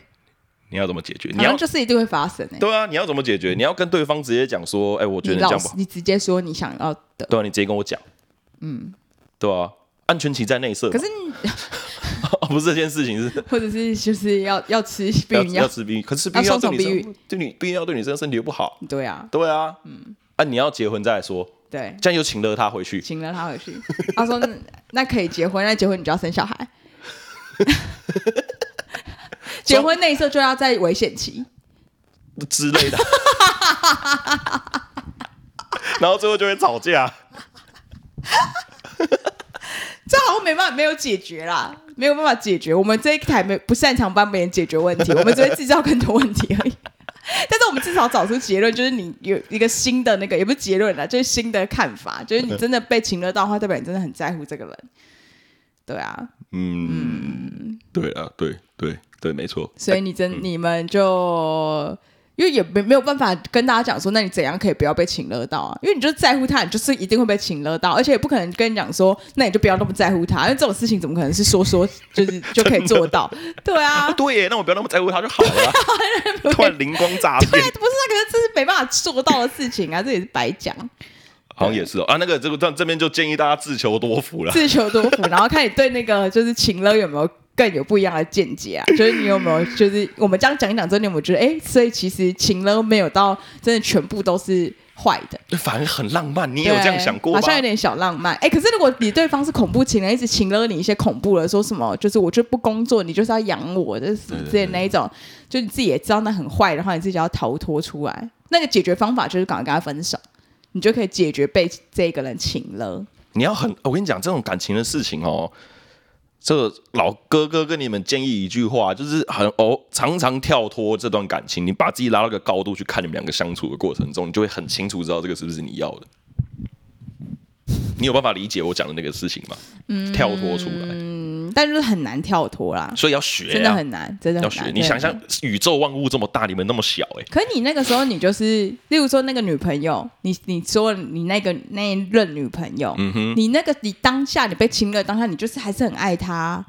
Speaker 1: 你要怎么解决？你
Speaker 2: 好
Speaker 1: 要
Speaker 2: 像就是嗯一定会发生诶、欸
Speaker 1: 对啊，你要怎么解决？你要跟对方直接讲说，哎、我觉
Speaker 2: 你
Speaker 1: 得你这
Speaker 2: 老
Speaker 1: 样
Speaker 2: 实
Speaker 1: 不好，
Speaker 2: 你直接说你想要的，
Speaker 1: 对啊，你直接跟我讲，嗯，对啊，安全期在内射嘛，
Speaker 2: 可是你
Speaker 1: 哦 不是这件事情是
Speaker 2: 或者是就是要要吃避
Speaker 1: 要
Speaker 2: 孕
Speaker 1: 要
Speaker 2: 药，
Speaker 1: 吃避孕，可是避
Speaker 2: 要
Speaker 1: 孕药对
Speaker 2: 双重
Speaker 1: 女
Speaker 2: 避
Speaker 1: 生对女避孕药对女生身体又不好，
Speaker 2: 对啊，
Speaker 1: 对啊，嗯，啊，你要结婚再来说，
Speaker 2: 对，
Speaker 1: 这样又请了他回去，
Speaker 2: 请了他回去，他说那那可以结婚，那结婚你就要生小孩， 结婚那一刻就要在危险期。
Speaker 1: 之类 的，然后最后就会吵架。
Speaker 2: 这好像没办法，没有解决啦，没有办法解决。我们这一台没不擅长帮别人解决问题， 我们只会制造更多问题而已。 但是我们至少找出结论，就是你有一个新的那个，也不是结论啦，就是新的看法，就是你真的被情勒到的话，代表你真的很在乎这个人。对啊，
Speaker 1: 嗯，对啊，对对对，没错。哎
Speaker 2: 所以你真、你们就因为也没没有办法跟大家讲说，那你怎样可以不要被请勒到啊？因为你就在乎他，你就是一定会被请勒到，而且也不可能跟你讲说，那你就不要那么在乎他，因为这种事情怎么可能是说说就是就可以做到？对啊，
Speaker 1: 啊对耶，那我不要那么在乎他就好 了啊。突然灵光乍
Speaker 2: 对
Speaker 1: 现
Speaker 2: 啊，，不是啊，可是这是没办法做到的事情啊，这也是白讲，
Speaker 1: 好像也是哦。啊，那个这个这这边就建议大家自求多福了。
Speaker 2: 自求多福，然后看你对那个就是请勒有没有。更有不一样的见解啊，就是你有没有，就是我们这样讲一讲之后，你有没有觉得，哎、所以其实请勒没有到真的全部都是坏的，
Speaker 1: 对，反而很浪漫，你也有这样想过吗？
Speaker 2: 对好像有点小浪漫。哎、可是如果你对方是恐怖情人，一直情勒你一些恐怖的，说什么就是我就不工作，你就是要养我，就是什么之类的那一种，就你自己也知道那很坏的话，你自己要逃脱出来。那个解决方法就是赶快跟他分手，你就可以解决被这个人情勒。
Speaker 1: 你要很，我跟你讲，这种感情的事情哦，这老哥哥跟你们建议一句话，就是很哦，常常跳脱这段感情，你把自己拉到一个高度去看你们两个相处的过程中，你就会很清楚知道这个是不是你要的。你有办法理解我讲的那个事情吗？嗯跳脱出来，
Speaker 2: 嗯，但就是很难跳脱啦，
Speaker 1: 所以要学、啊，
Speaker 2: 真的很难，真的
Speaker 1: 要
Speaker 2: 很
Speaker 1: 学。
Speaker 2: 难。
Speaker 1: 你想
Speaker 2: 真的很
Speaker 1: 象
Speaker 2: 难，
Speaker 1: 宇宙万物这么大，你们那么小、哎，
Speaker 2: 可你那个时候你就是，例如说那个女朋友，你你说你那个那一任女朋友，
Speaker 1: 嗯哼，
Speaker 2: 你那个你当下你被亲了，当下你就是还是很爱他啊，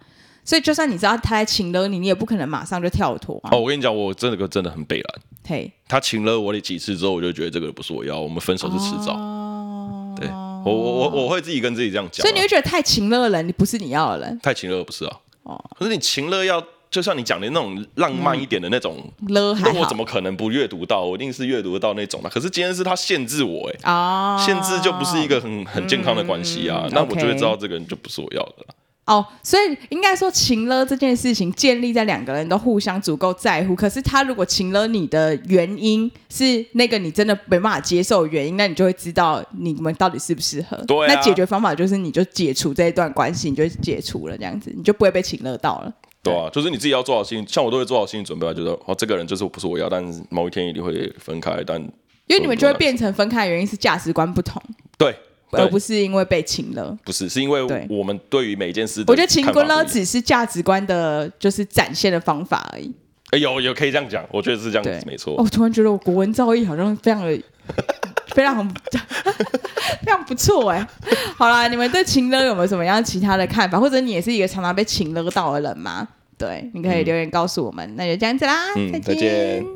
Speaker 2: 所以就算你知道他在亲了你，你也不可能马上就跳脱啊。
Speaker 1: 哦，我跟你讲，我真的真的很悲哀。
Speaker 2: 嘿，
Speaker 1: 他请了我几次之后，我就觉得这个不是我要，我们分手是迟早。
Speaker 2: 哦
Speaker 1: 对我我我我会自己跟自己这样讲啊、
Speaker 2: 所以你会觉得太亲了的人，你不是你要的人，
Speaker 1: 太情乐不是啊？
Speaker 2: 哦
Speaker 1: 可是你情乐要就像你讲的那种浪漫一点的那种，
Speaker 2: 了还
Speaker 1: 那我
Speaker 2: 好
Speaker 1: 怎么可能不阅读到？我一定是阅读得到那种的。啊可是今天是他限制我、欸，
Speaker 2: 啊
Speaker 1: 限制就不是一个很很健康的关系啊。
Speaker 2: 嗯
Speaker 1: 那我就会
Speaker 2: OK
Speaker 1: 知道这个人就不是我要的了。
Speaker 2: 哦，所以应该说情了这件事情建立在两个人都互相足够在乎。可是他如果情了你的原因是那个你真的没办法接受的原因，那你就会知道你们到底适不适合。
Speaker 1: 对啊
Speaker 2: 那解决方法就是你就解除这一段关系，你就解除了这样子，你就不会被情勒到了。
Speaker 1: 对啊，就是你自己要做好心理，像我都会做好心理准备啊，就是哦，这个人就是不是我要，但是某一天一定会分开。但
Speaker 2: 因为你们就会变成分开的原因是价值观不同，
Speaker 1: 对，
Speaker 2: 而
Speaker 1: 对
Speaker 2: 不是因为被情勒。
Speaker 1: 不是，是因为
Speaker 2: 对
Speaker 1: 我们对于每一件事的
Speaker 2: 我觉得情
Speaker 1: 看法
Speaker 2: 跟
Speaker 1: 不一
Speaker 2: 勒
Speaker 1: 样
Speaker 2: 只是价值观的，就是展现的方法而已。
Speaker 1: 哎、哎有有可以这样讲，我觉得是这样
Speaker 2: 对
Speaker 1: 子，没错。
Speaker 2: 哦我突然觉得我国文造诣好像非 常的非常 非常不错哎、好啦，你们对情勒有没有什么样其他的看法？或者你也是一个常常被情勒到的人吗？对，你可以留言告诉我们。那就这样子啦，
Speaker 1: 嗯嗯再
Speaker 2: 见
Speaker 1: 见